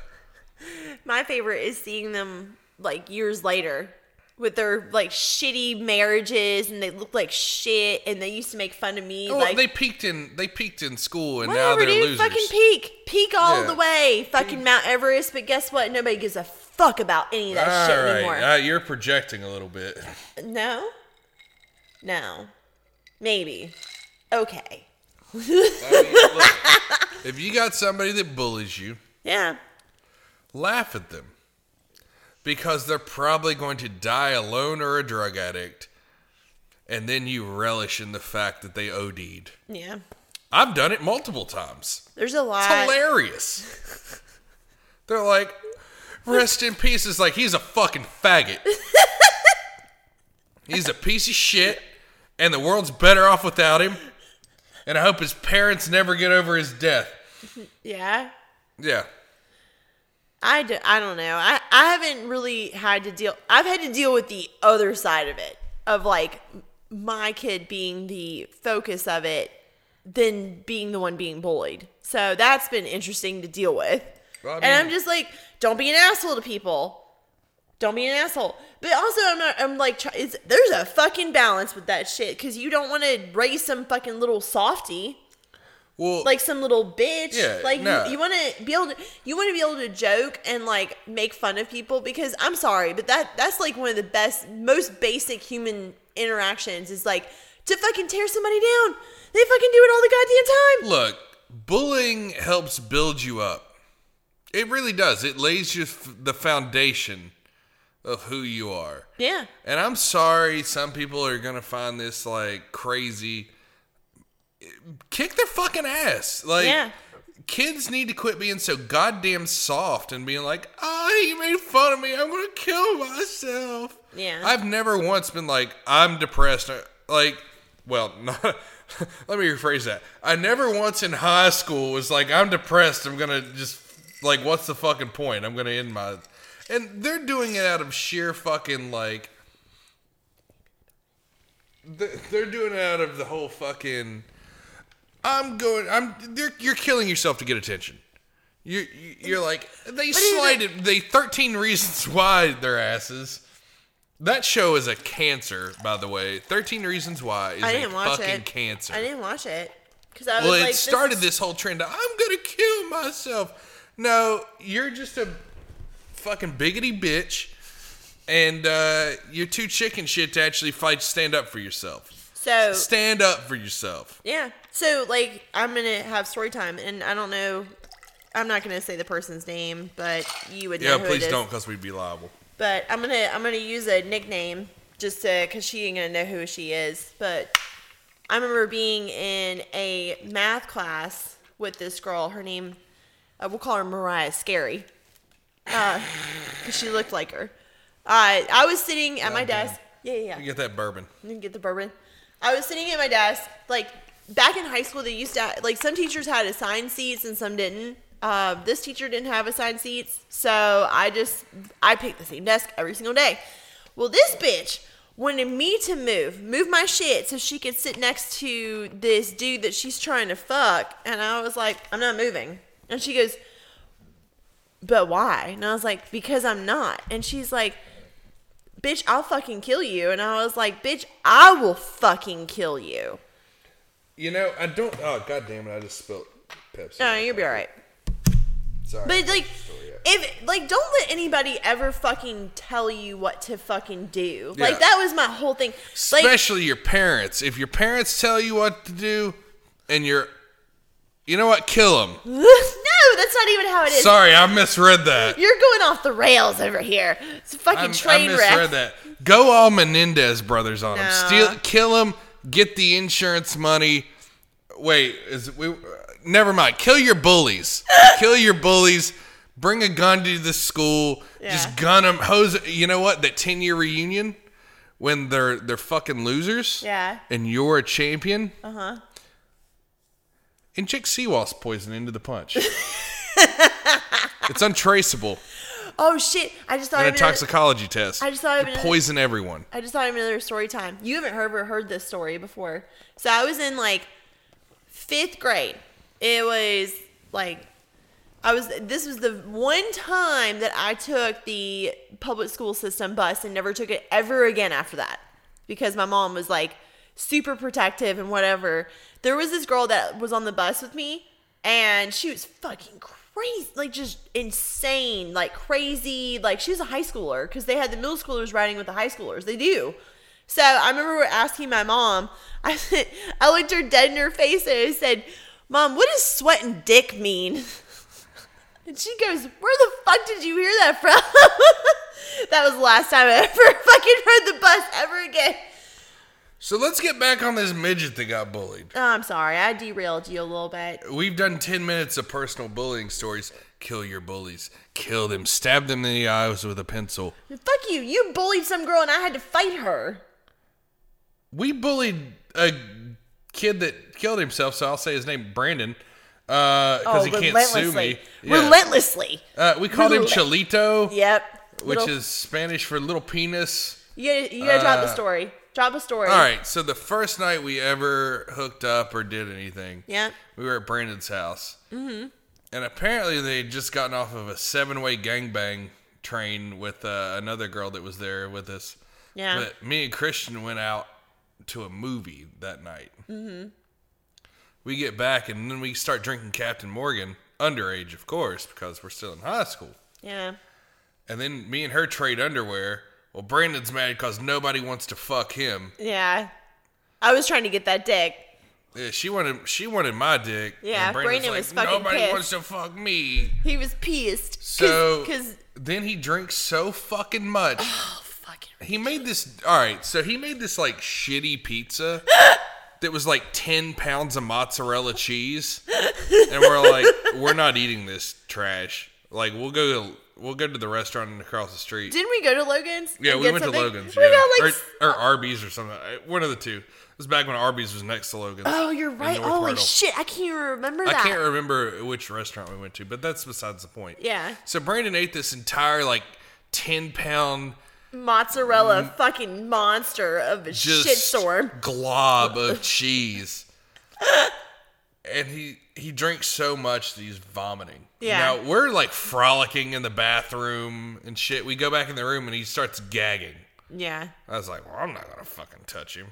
My favorite is seeing them like years later with their like shitty marriages and they look like shit and they used to make fun of me
well,
like
they peaked in they peaked in school and now
whatever
they're
dude
losers.
fucking peak peak all
Yeah.
the way fucking Mount Everest but guess what nobody gives a fuck about any of that
All
shit
right,
anymore
uh, you're projecting a little bit.
no no maybe okay
if you got somebody that bullies you,
yeah
laugh at them because they're probably going to die alone or a drug addict, and then you relish in the fact that they OD'd.
yeah
I've done it multiple times.
there's a lot
It's hilarious. They're like, rest in peace. It's like he's a fucking faggot. he's a piece of shit, and the world's better off without him. And I hope his parents never get over his death.
yeah
Yeah.
I, do, I don't know. I, I haven't really had to deal. I've had to deal with the other side of it, of like my kid being the focus of it, than being the one being bullied. So that's been interesting to deal with.
Well, I
and I'm
mean-
just like, don't be an asshole to people. Don't be an asshole. But also, I'm not, I'm like, try- it's, there's a fucking balance with that shit because you don't want to raise some fucking little softy
Well,
like some little bitch.
Yeah,
like
no.
you, you want to be able to you want to be able to joke and like make fun of people because I'm sorry, but that that's like one of the best, most basic human interactions is like to fucking tear somebody down. They fucking do it all the goddamn time.
look, bullying helps build you up. It really does. It lays you f- the foundation of who you are.
Yeah.
And I'm sorry, some people are gonna find this like crazy. Kick their fucking ass. Like
Yeah.
kids need to quit being so goddamn soft and being like, "Ah, you made fun of me. I'm gonna kill myself."
Yeah.
I've never once been like, "I'm depressed." Uh, Like, well, <laughs> not. let me rephrase that. I never once in high school was like, "I'm depressed. I'm gonna just like, what's the fucking point? I'm gonna end my." And they're doing it out of sheer fucking like they're they're doing it out of the whole fucking. I'm going. I'm. They're, you're killing yourself to get attention. You're you're like they
is it-
slighted. They 13 reasons <laughs> why their asses. That show is a cancer, by the way. 13 Reasons Why is a
I didn't watch
fucking
it.
cancer.
I didn't watch it because I was
well,
like,
it
this
started
is-
this whole trend of I'm gonna kill myself. No, you're just a fucking biggity bitch, and uh, you're too chicken shit to actually fight. Stand up for yourself.
So
Stand up for yourself.
yeah. So like, I'm gonna have story time, and I don't know. I'm not gonna say the person's name, but you would
Yeah,
know who it
please
is.
don't, cause we'd be liable.
But I'm gonna I'm gonna use a nickname just to, cause she ain't gonna know who she is. But I remember being in a math class with this girl. Her name, uh, we'll call her Mariah Scary, because she looked like her. Uh, I was sitting at my desk. Yeah, yeah,
You
yeah.
get that bourbon.
You can get the bourbon. I was sitting at my desk, like back in high school, they used to like some teachers had assigned seats and some didn't. Uh, this teacher didn't have assigned seats, so I just I picked the same desk every single day. Well, this bitch wanted me to move, move my shit so she could sit next to this dude that she's trying to fuck, and I was like, I'm not moving. And she goes, But why? And I was like, Because I'm not. And she's like bitch, I'll fucking kill you. And I was like, bitch, I will fucking kill you.
You know, I don't. Oh god damn it! I just spilled Pepsi.
No, Oh, you'll be all right.
Sorry.
But like, if like, don't let anybody ever fucking tell you what to fucking do.
Yeah.
Like that was my whole thing. Like,
especially your parents. If your parents tell you what to do, and you're, you know what? Kill them.
<laughs> no, that's not even how it is.
Sorry, I misread that.
You're going off the rails over here. It's a fucking
I'm-
train
I
wreck.
misread that. Go all Menendez brothers on them.
Nah.
Steal, kill them. Get the insurance money. Wait, is it- we? uh, Never mind. Kill your
<laughs>
bullies. kill your bullies. Bring a gun to the school.
Yeah.
Just gun them. Hose. You know what? That ten year reunion when they're they're fucking losers.
Yeah. Uh-huh.
And you're a champion. Uh huh. Inject sea wasp poison into the
<laughs>
punch. it's untraceable
Oh shit! I just thought
in
of
a
another-
toxicology test.
I just thought of
You
another-
poison everyone.
I just thought of another story time. You haven't heard- ever heard this story before. So I was in like fifth grade. It was like I was this was the one time that I took the public school system bus and never took it ever again after that. Because my mom was like super protective and whatever. There was this girl that was on the bus with me and she was fucking crazy, like just insane, like crazy, like she was a high schooler because they had the middle schoolers riding with the high schoolers. They do. So I remember we're asking my mom. <laughs> I said, I looked her dead in her face and I said, "Mom, what does sweat and dick mean?" <laughs> And she goes, "Where the fuck did you hear that from?" <laughs> that was the last time I <laughs> ever fucking heard the bus ever again.
So let's get back on this midget that got bullied.
Oh, I'm sorry, I derailed you a little bit.
We've done 10 minutes of personal bullying stories. Kill your bullies. Kill them. Stab them in the eyes with a pencil.
Fuck you. You bullied some girl and I had to fight her.
We bullied a kid that killed himself, so I'll say his name, Brandon, because
Oh,
he can't sue me. Yeah.
Relentlessly.
Uh, we called him
Relent-
Cholito,
Yep.
which
Little-
is Spanish for little penis.
you gotta, you gotta drop the
uh,
story. Drop a story.
All right, so the first night we ever hooked up or did anything,
Yeah.
we were at Brandon's house, mm-hmm. and apparently they had just gotten off of a seven-way gangbang train with uh, another girl that was there with us.
Yeah.
But me and Christian went out to a movie that night. Mm-hmm. We get back and then we start drinking Captain Morgan, underage, of course, because we're still in high school.
yeah.
And then me and her trade underwear. Well, Brandon's mad because nobody wants to fuck him.
Yeah. I was trying to get that dick.
Yeah, she wanted she wanted my dick.
Yeah,
and
Brandon was fucking
Nobody
pissed."
wants to fuck me.
He was pissed. Cause,
So
cause Oh,
then he drinks so fucking much.
fucking
He made this. All right, so he made this like shitty
<laughs>
pizza that was like ten pounds of mozzarella cheese, and we're
<laughs>
like, we're not eating this trash. Like we'll go to we'll go to the restaurant across the street.
didn't we go to Logan's?
yeah,
and
we
get
went
something?
to Logan's.
We
yeah,
got like. s-
or, or Arby's or something. I- One of the two. It was back when Arby's was next to Logan's.
oh, you're
in
right.
North
Holy
Myrtle.
shit! I can't even remember
I
that.
can't remember which restaurant we went to, but that's besides the point.
Yeah.
So Brandon ate this entire like ten pound
Mozzarella, fucking monster of a
Mm. just
shitstorm.
glob of cheese, <laughs> and he he drinks so much that he's vomiting.
Yeah.
Now we're like frolicking in the bathroom and shit. We go back in the room and he starts gagging.
Yeah,
I was like, well, I'm not gonna fucking touch him.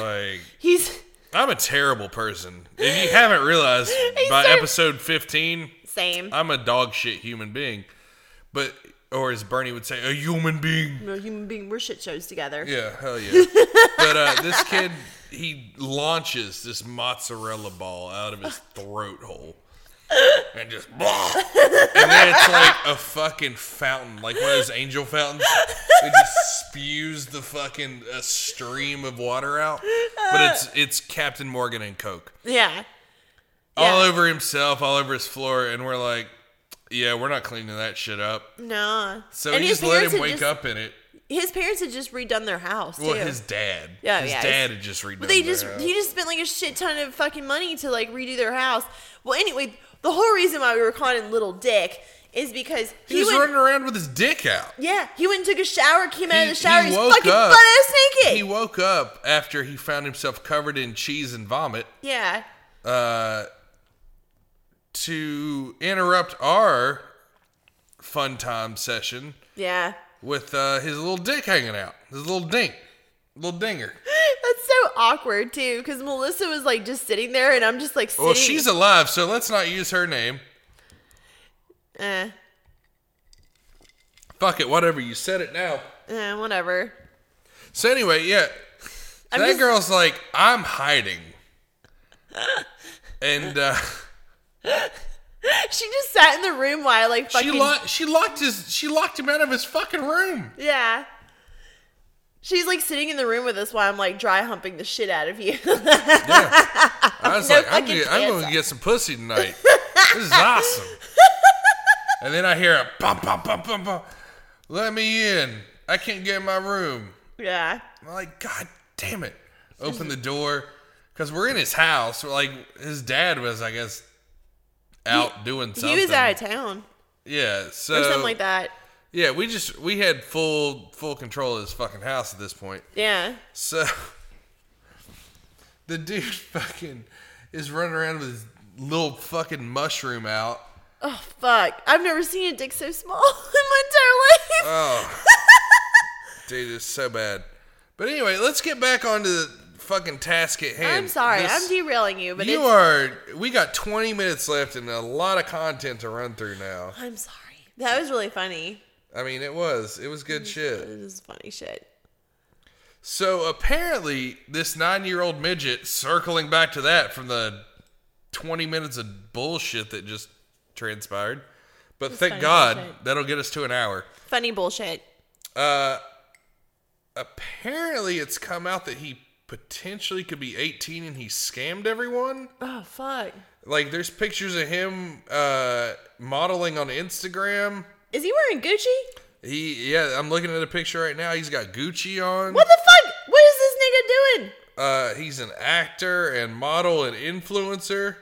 Like.
he's
I'm a terrible person. If you haven't
<laughs>
realized by
so-
episode 15,
same.
I'm a dog shit human being. But or as Bernie would say, a human being.
We're human being. We're shit shows together.
Yeah, hell yeah. but uh, this kid, he launches this mozzarella ball out of his throat hole. And just <laughs> blah. And then it's like a fucking fountain, like one of those angel fountains. It just spews the fucking a stream of water out. But it's it's Captain Morgan and Coke.
Yeah.
all
Yeah.
over himself, all over his floor, and we're like, yeah, we're not cleaning that shit up.
No.
So
And
he
his
just let
parents
him
had
wake
just-
up in it.
His parents had just redone their house.
Well,
too.
his dad.
Yeah,
his
yeah,
dad
it's-
had just redone.
But they just
their
he
house.
just spent like a shit ton of fucking money to like redo their house. Well, anyway, the whole reason why we were calling him Little Dick is because
he,
he,
was
went.
running around with his dick out.
yeah, he went and took a shower, came out
He-
of the shower,
he
he's
woke
fucking
up.
butt ass naked.
He woke up after he found himself covered in cheese and vomit
yeah,
to interrupt our fun time session
yeah,
with uh, his little dick hanging out, his little dink, little
<laughs>
dinger.
that's so awkward too because Melissa was like just sitting there and I'm just like sitting.
Well, she's alive, so let's not use her name.
eh,
Fuck it, whatever. You said it now.
eh, whatever. <laughs>
So anyway, yeah,
I'm
that
just-
girl's like, I'm hiding, and
<laughs>
uh,
She just sat in the room while I like fucking
she locked she locked his she locked him out of his fucking room.
yeah. She's like sitting in the room with us while I'm like dry humping the shit out of you. <laughs>
I was
No
like, I'm
fucking
gonna, I'm
chance.
gonna get some pussy
<laughs>
tonight. this is awesome. and then I hear a bum bum bum bum bum. Let me in. I can't get in my room.
yeah.
I'm like, God damn it. Open the door. Because we're in his house. We're like, his dad was, I guess, out doing something.
He was out of town
Yeah, so
or something like that.
Yeah, we just we had full full control of this fucking house at this point.
Yeah.
So <laughs> the dude fucking is running around with his little fucking mushroom out.
Oh fuck! I've never seen a dick so small <laughs> in my entire life.
Oh, dude, it's so bad. But anyway, let's get back onto the fucking task at hand.
I'm sorry,
This-
I'm derailing you, but
you
it's,
are. We got 20 minutes left and a lot of content to run through now.
I'm sorry. That was really funny.
I mean, it was it was good shit.
It was funny shit.
So apparently, this nine-year-old midget, circling back to that from the twenty minutes of bullshit that just transpired, but thank
funny
God
bullshit.
that'll get us to an hour.
Funny bullshit.
Apparently, it's come out that he potentially could be eighteen and he scammed everyone.
Oh fuck!
Like, there's pictures of him uh, modeling on Instagram.
Is he wearing Gucci?
He, yeah, I'm looking at a picture right now. He's got Gucci on.
What the fuck? What is this nigga doing?
Uh, he's an actor and model and influencer.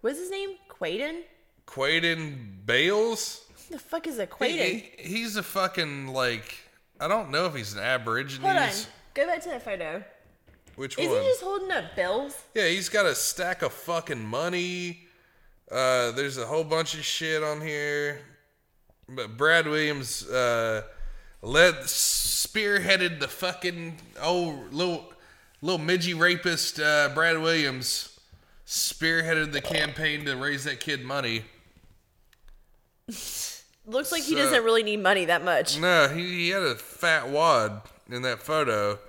What's his name? Quaden?
Quaden Bales.
Who the fuck is a
He-
Quaden?
he- he's a fucking like I don't know if he's an Aborigines.
Hold on. Go back to that photo.
Which
Is
one?
he just holding up bills?
yeah, he's got a stack of fucking money. Uh, there's a whole bunch of shit on here. But Brad Williams uh, led spearheaded the fucking old little little midgy rapist uh, Brad Williams spearheaded the campaign to raise that kid money.
Looks like he
So-
doesn't really need money that much.
No, he, he had a fat wad in that photo.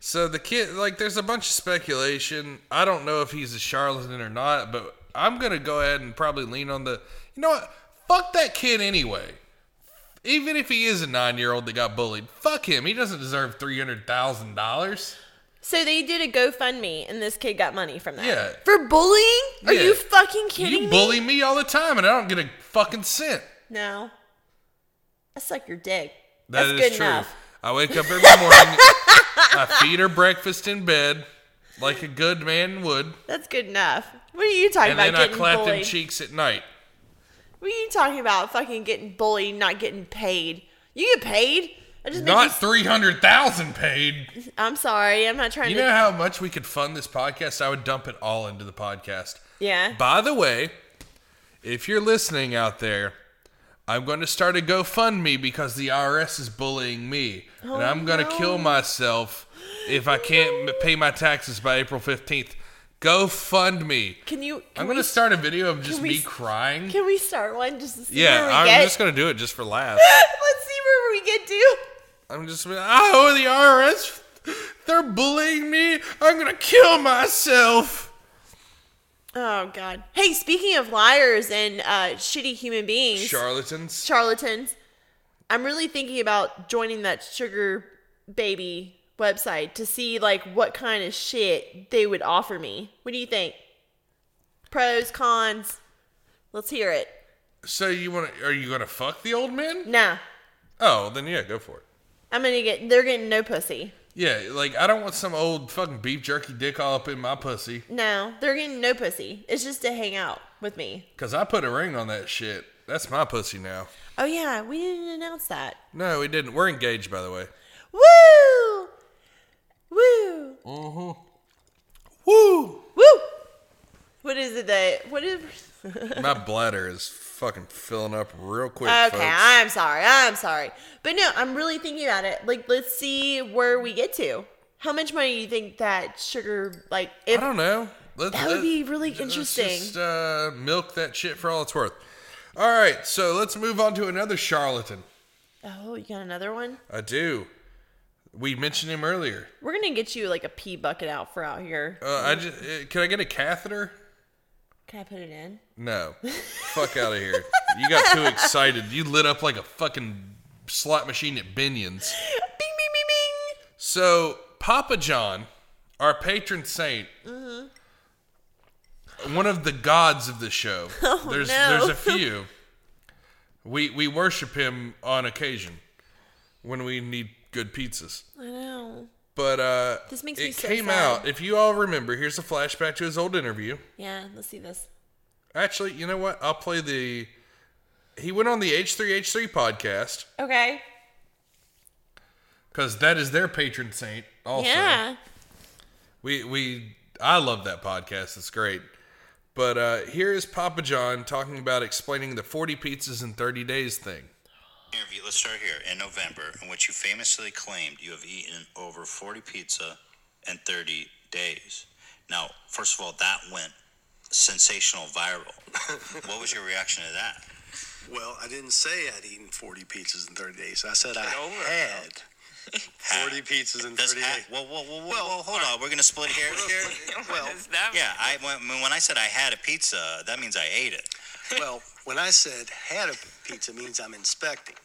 So the kid, like, there's a bunch of speculation. I don't know if he's a charlatan or not, but I'm gonna go ahead and probably lean on the. You know what? Fuck that kid anyway. Even if he is a nine-year-old that got bullied, fuck him. He doesn't deserve three hundred thousand dollars.
So they did a GoFundMe, and this kid got money from that.
Yeah.
For bullying? Are
Yeah.
you fucking kidding
You
me?
bully me all the time, and I don't get a fucking cent.
No. I suck your dick.
That
That's
is
good
true.
enough.
I wake up every morning. I feed her breakfast in bed, like a good man would,
That's good enough. What are you talking
and
about?
then I
getting
clap them
bullied?
cheeks at night.
What are you talking about? Fucking getting bullied, not getting paid. You get paid. I just make you.
Not three hundred thousand paid.
I'm sorry. I'm not trying
You
to.
know how much we could fund this podcast? I would dump it all into the podcast.
yeah.
By the way, if you're listening out there, I'm going to start a GoFundMe because the IRS is bullying me,
Oh,
and I'm going to kill myself if I can't m pay my taxes by April 15th. GoFundMe.
Can you? Can
I'm
we,
going to start a video of just
we
me
s-
crying.
Can we start one just to see where
yeah,
we
I'm
get?
just going to do it just for laughs.
<laughs> Let's see where we get to.
I'm just oh the IRS, they're bullying me. I'm going to kill myself.
Oh God. Hey, speaking of liars and uh, shitty human beings,
Charlatans.
charlatans, I'm really thinking about joining that sugar baby website to see like what kind of shit they would offer me. What do you think? Pros, cons. Let's hear it.
So you want? to Are you gonna fuck the old man?
Nah,
Oh, then yeah, go for it.
I'm gonna get. They're getting no pussy.
Yeah, like I don't want some old fucking beef jerky dick all up in my pussy
No, they're getting no pussy. It's just to hang out with me.
because I put a ring on that shit. That's my pussy now.
Oh yeah, we didn't announce that.
No, we didn't. We're engaged, by the way.
Woo! Woo!
Woo!
Woo! What is it that what is
my bladder is fucking filling up real quick,
Okay,
folks.
I'm sorry. I'm sorry. But no, I'm really thinking about it. Like let's see where we get to. How much money do you think that sugar like
I
if
don't know. Let,
That would be really interesting.
Let's just uh, milk that shit for all it's worth. All right, so let's move on to another charlatan.
Oh, you got another one?
I do. We mentioned him earlier.
We're gonna get you like a pee bucket out for out here.
Uh, I just, uh, can I get a catheter?
Can I put it in?
No. Fuck out of here. You got
<laughs>
too excited. You lit up like a fucking slot machine at Binion's.
Bing bing bing bing.
So, Papa John, our patron saint, one of the gods of the
<laughs>
show. there's
Oh, no.
there's
<laughs>
a few. We we worship him on occasion when we need good pizzas.
I know.
But uh
This makes
it
me so
came
sad.
out. If you all remember, here's a flashback to his old interview.
Yeah, let's see this.
Actually, you know what? I'll play the. He went on the H3H3 podcast
Okay.
because that is their patron saint. Also,
Yeah.
we we I love that podcast. It's great. But uh, here is Papa John talking about explaining the 40 pizzas in 30 days thing.
Interview. Let's start here in November, in which you famously claimed you have eaten over 40 pizza in 30 days. Now, first of all, that went sensational
<laughs>
viral. what was your reaction to that?
Well, I didn't say I'd eaten 40 pizzas in 30 days. I said I
over it.
had 40 pizzas in
Does
30
ha-
days.
well, well, well, well, well, hold on. We're gonna split hairs
<laughs>
here.
Well,
Yeah, I when, when I said I had a pizza, that means I ate it.
Well, when I said had a pizza means I'm inspecting.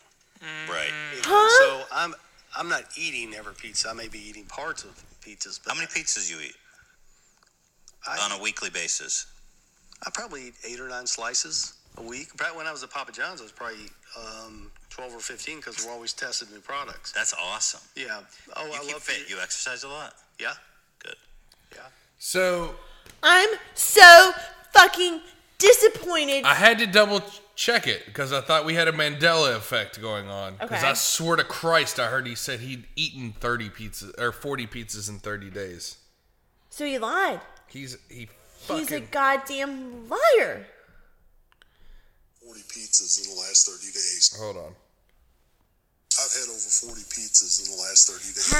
Right.
you know,
Huh?
So I'm I'm not eating every pizza. I may be eating parts of pizzas, but
How many pizzas you eat on
I,
a weekly basis?
I probably eat eight or nine slices a week. Probably when I was at Papa John's, I was probably um, 12 or 15 because we're always testing new products.
That's awesome.
Yeah. Oh,
You
I
keep
love
fit.
pizza.
You exercise a lot.
Yeah.
Good.
So
I'm so fucking disappointed.
I had to double check it because I thought we had a Mandela effect going on. Because
Okay.
I swear to Christ, I heard he said he'd eaten 30 pizzas or 40 pizzas in 30 days.
so he lied.
He's he fucking
He's a goddamn liar.
40 pizzas in the last 30 days.
hold on.
I've had over 40 pizzas in the last 30
Huh,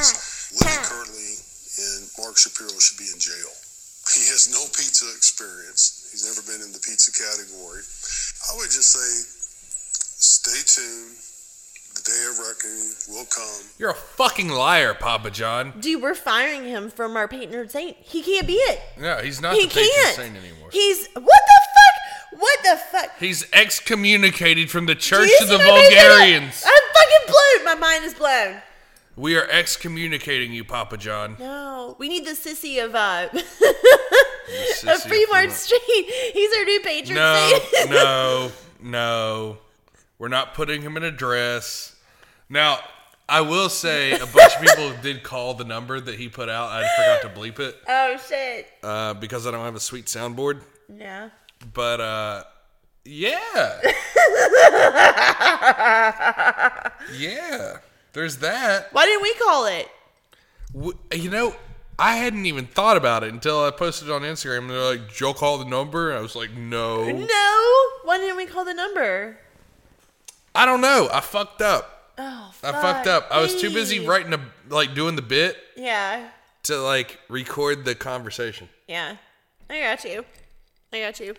Lenny
huh.
currently and Mark Shapiro should be in jail. <laughs> He has no pizza experience. He's never been in the pizza category. I would just say stay tuned.
day of reckoning will come.
You're a fucking liar, Papa John.
Dude, we're firing him from our patron saint. He can't be it.
No, he's not
he
the patron
can't.
saint anymore.
He's what the fuck? What the fuck?
He's excommunicated from the Church
Do you
of
see
the
my face right now?
Vulgarians.
I'm fucking blown. My mind is blown.
We are excommunicating you, Papa John.
No, we need the sissy of uh, <laughs>
sissy
of
of
Fremont
Fremont.
Street. <laughs> He's our new patron
No, <laughs>
saint.
no, no. We're not putting him in a dress. Now, I will say a bunch of people did call the number that he put out. I forgot to bleep it
<laughs> oh shit.
uh, because I don't have a sweet soundboard.
No.
But uh, yeah, yeah. There's that.
Why didn't we call it?
W- You know, I hadn't even thought about it until I posted it on Instagram. And they're like, "Joe, call the number." And I was like, "No,
No. Why didn't we call the number?
I don't know. I fucked up.
Oh, fuck.
I fucked up. I was too busy
me.
writing a like doing the bit
Yeah.
to like record the conversation.
Yeah. I got you. I got you.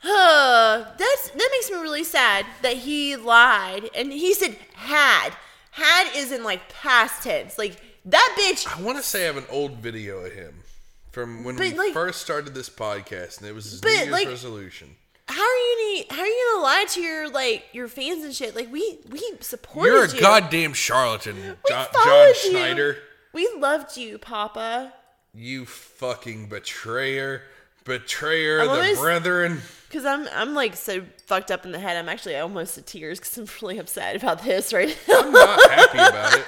Huh. That's that makes me really sad that he lied and he said had. Had is in like past tense. Like that bitch
I want to say I have an old video of him from when we
But, like-
first started this podcast, and it was his
But,
New Year's
like-
resolution.
how are you gonna how are you gonna lie to your like your fans and shit? Like we we supported
You're a
you.
goddamn charlatan, Jo- John
followed you.
Schneider.
We loved you, Papa.
You fucking betrayer, betrayer
I'm
of the
always-
brethren.
Cause I'm I'm like so fucked up in the head. I'm actually almost to tears because I'm really upset about this right now.
I'm not happy about it.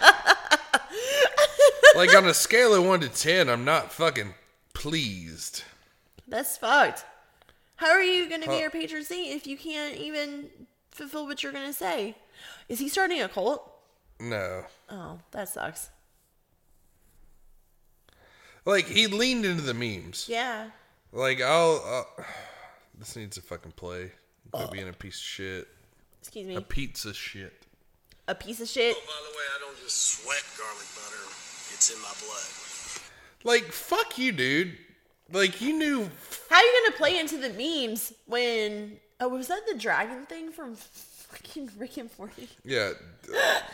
like on a scale of one to ten, I'm not fucking pleased.
That's fucked. How are you gonna
Huh.
be our patron saint if you can't even fulfill what you're gonna say? Is he starting a cult?
No.
Oh, that sucks.
Like he leaned into the memes.
Yeah.
Like I'll, i this needs to fucking play. Quit being a piece of shit.
Excuse
A
me.
pizza shit.
A piece of shit.
By the way, I don't just sweat garlic butter. It's in my blood.
Like fuck you, dude. Like you knew.
How are you gonna play into the memes when? Oh, was that the dragon thing from fucking Rick and Morty?
Yeah.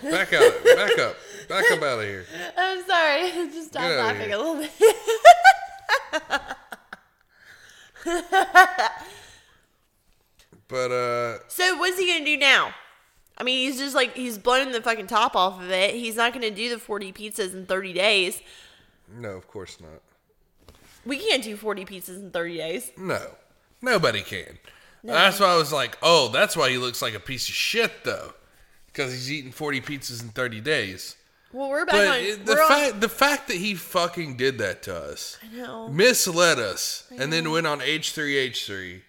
Back out. Back up. Back up out of here.
I'm sorry. <laughs> I just stopped
outta
laughing
here.
a little bit. <laughs>
But uh,
So what's he gonna do now? I mean, he's just like he's blown the fucking top off of it. He's not gonna do the forty pizzas in thirty days.
no, of course not.
We can't do forty pizzas in thirty days.
No, nobody can. That's why I was like, oh, that's why he looks like a piece of shit, though, because he's eating forty pizzas in thirty days.
Well, we're back
But
on.
it- the
we're on-
fact the fact that he fucking did that to us,
I know.
misled us, and then went on H three H three.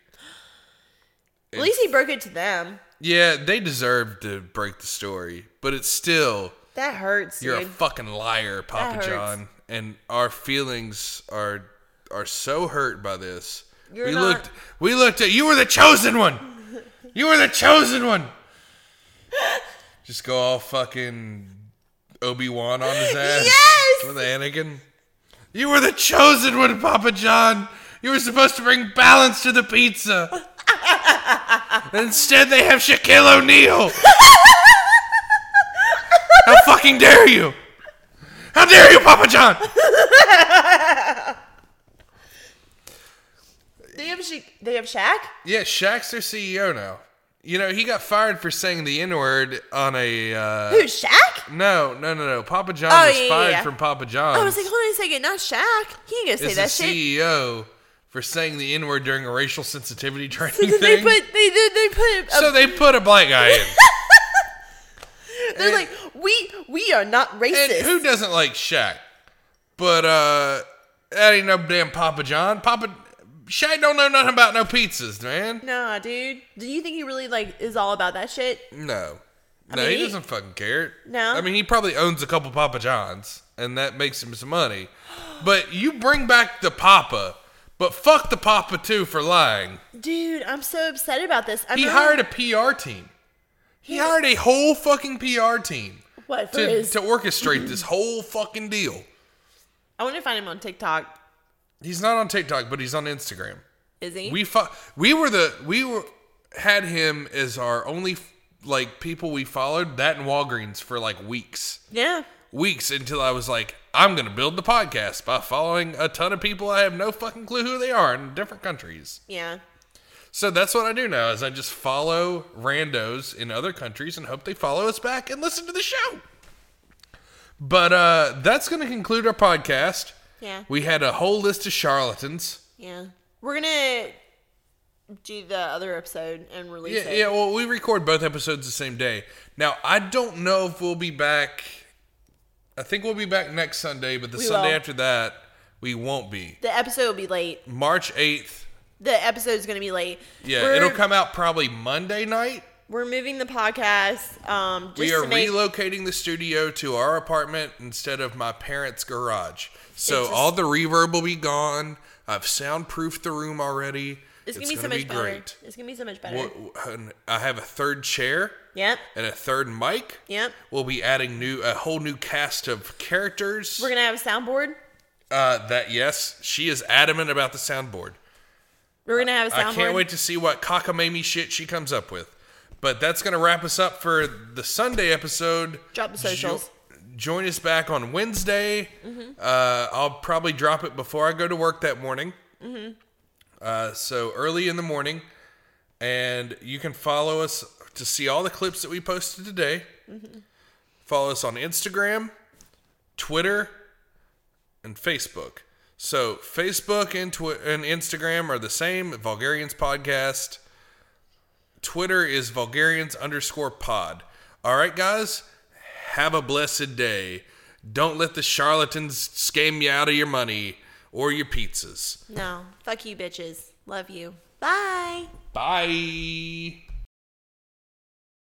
At least he broke it to them.
Yeah, they deserve to break the story, but it's still
That hurts,
you're a
dude.
fucking liar, Papa
hurts.
John, and our feelings are are so hurt by this.
You're
we
not-
looked we looked at you were the chosen one. You were the chosen one. Just go all fucking Obi Wan on his ass
Yes!
with Anakin. You were the chosen one, Papa John. You were supposed to bring balance to the pizza. Instead, they have Shaquille
<laughs>
O'Neal. How fucking dare you! How dare you, Papa John!
they have Sha- they have Shaq.
Yeah, Shaq's their CEO now. You know, he got fired for saying the N word on a. Uh,
Who Shaq?
No, no, no, no. Papa John
Oh,
was
yeah, yeah,
fired
yeah. Oh,
from Papa John.
I was like, hold on a second, not Shaq. He ain't gonna say
is
that
the
shit.
CEO for saying the N word during a racial sensitivity training
So
thing.
then <laughs> they put they they, they put a,
so they put a black guy
<laughs>
in.
they're like we we are not
and
racist.
who doesn't like Shaq? But uh, that ain't no damn Papa John. Papa Shaq don't know nothing about no pizzas, man.
nah, dude. Do you think he really like is all about that shit?
No. No,
mean,
he
he-
doesn't fucking care.
No?
I mean, he probably owns a couple Papa John's, and that makes him some money. But you bring back the Papa, but fuck the Papa too for lying.
Dude, I'm so upset about this. I'm
He
not-
hired a PR team. He hired a whole fucking PR team
what for
to,
his-
to orchestrate this whole fucking deal.
I want to find him on TikTok.
He's not on TikTok, but he's on Instagram.
Is he?
We fu- we were the we were had him as our only f- like people we followed that and Walgreens for like weeks,
Yeah.
weeks until I was like, I'm gonna build the podcast by following a ton of people I have no fucking clue who they are in different countries.
Yeah.
So that's what I do now is I just follow randos in other countries and hope they follow us back and listen to the show. But uh, that's going to conclude our podcast.
Yeah.
We had a whole list of charlatans.
Yeah. We're gonna do the other episode and release
Yeah,
it.
yeah, well, we record both episodes the same day. Now, I don't know if we'll be back. I think we'll be back next Sunday, but the
We
Sunday
will.
after that, we won't be.
The episode will be late.
March 8th.
The episode's gonna be late.
Yeah,
We're-
it'll come out probably Monday night.
We're moving the podcast. Um, just
we are
to make,
relocating the studio to our apartment instead of my parents' garage. So
It's just-
all the reverb will be gone. I've soundproofed the room already.
It's, gonna be so
gonna
much better. It's gonna be so much better.
Wha- wha- and I have a third chair
Yep.
and a third mic.
Yep.
We'll be adding new a whole new cast of characters.
We're gonna have a soundboard.
uh, that yes, she is adamant about the soundboard.
We're gonna have a soundboard.
I can't wait to see what cockamamie shit she comes up with. But that's going to wrap us up for the Sunday episode.
Drop the socials.
join us back on Wednesday.
Mhm.
Uh, I'll probably drop it before I go to work that morning.
Mhm.
Uh, so early in the morning. And you can follow us to see all the clips that we posted today.
Mhm.
Follow us on Instagram, Twitter, and Facebook. So Facebook and Twi- and Instagram are the same. Vulgarians podcast. Twitter is Vulgarians underscore pod. All right, guys. Have a blessed day. Don't let the charlatans scam you out of your money or your pizzas.
No, fuck you, bitches. Love you. Bye.
Bye.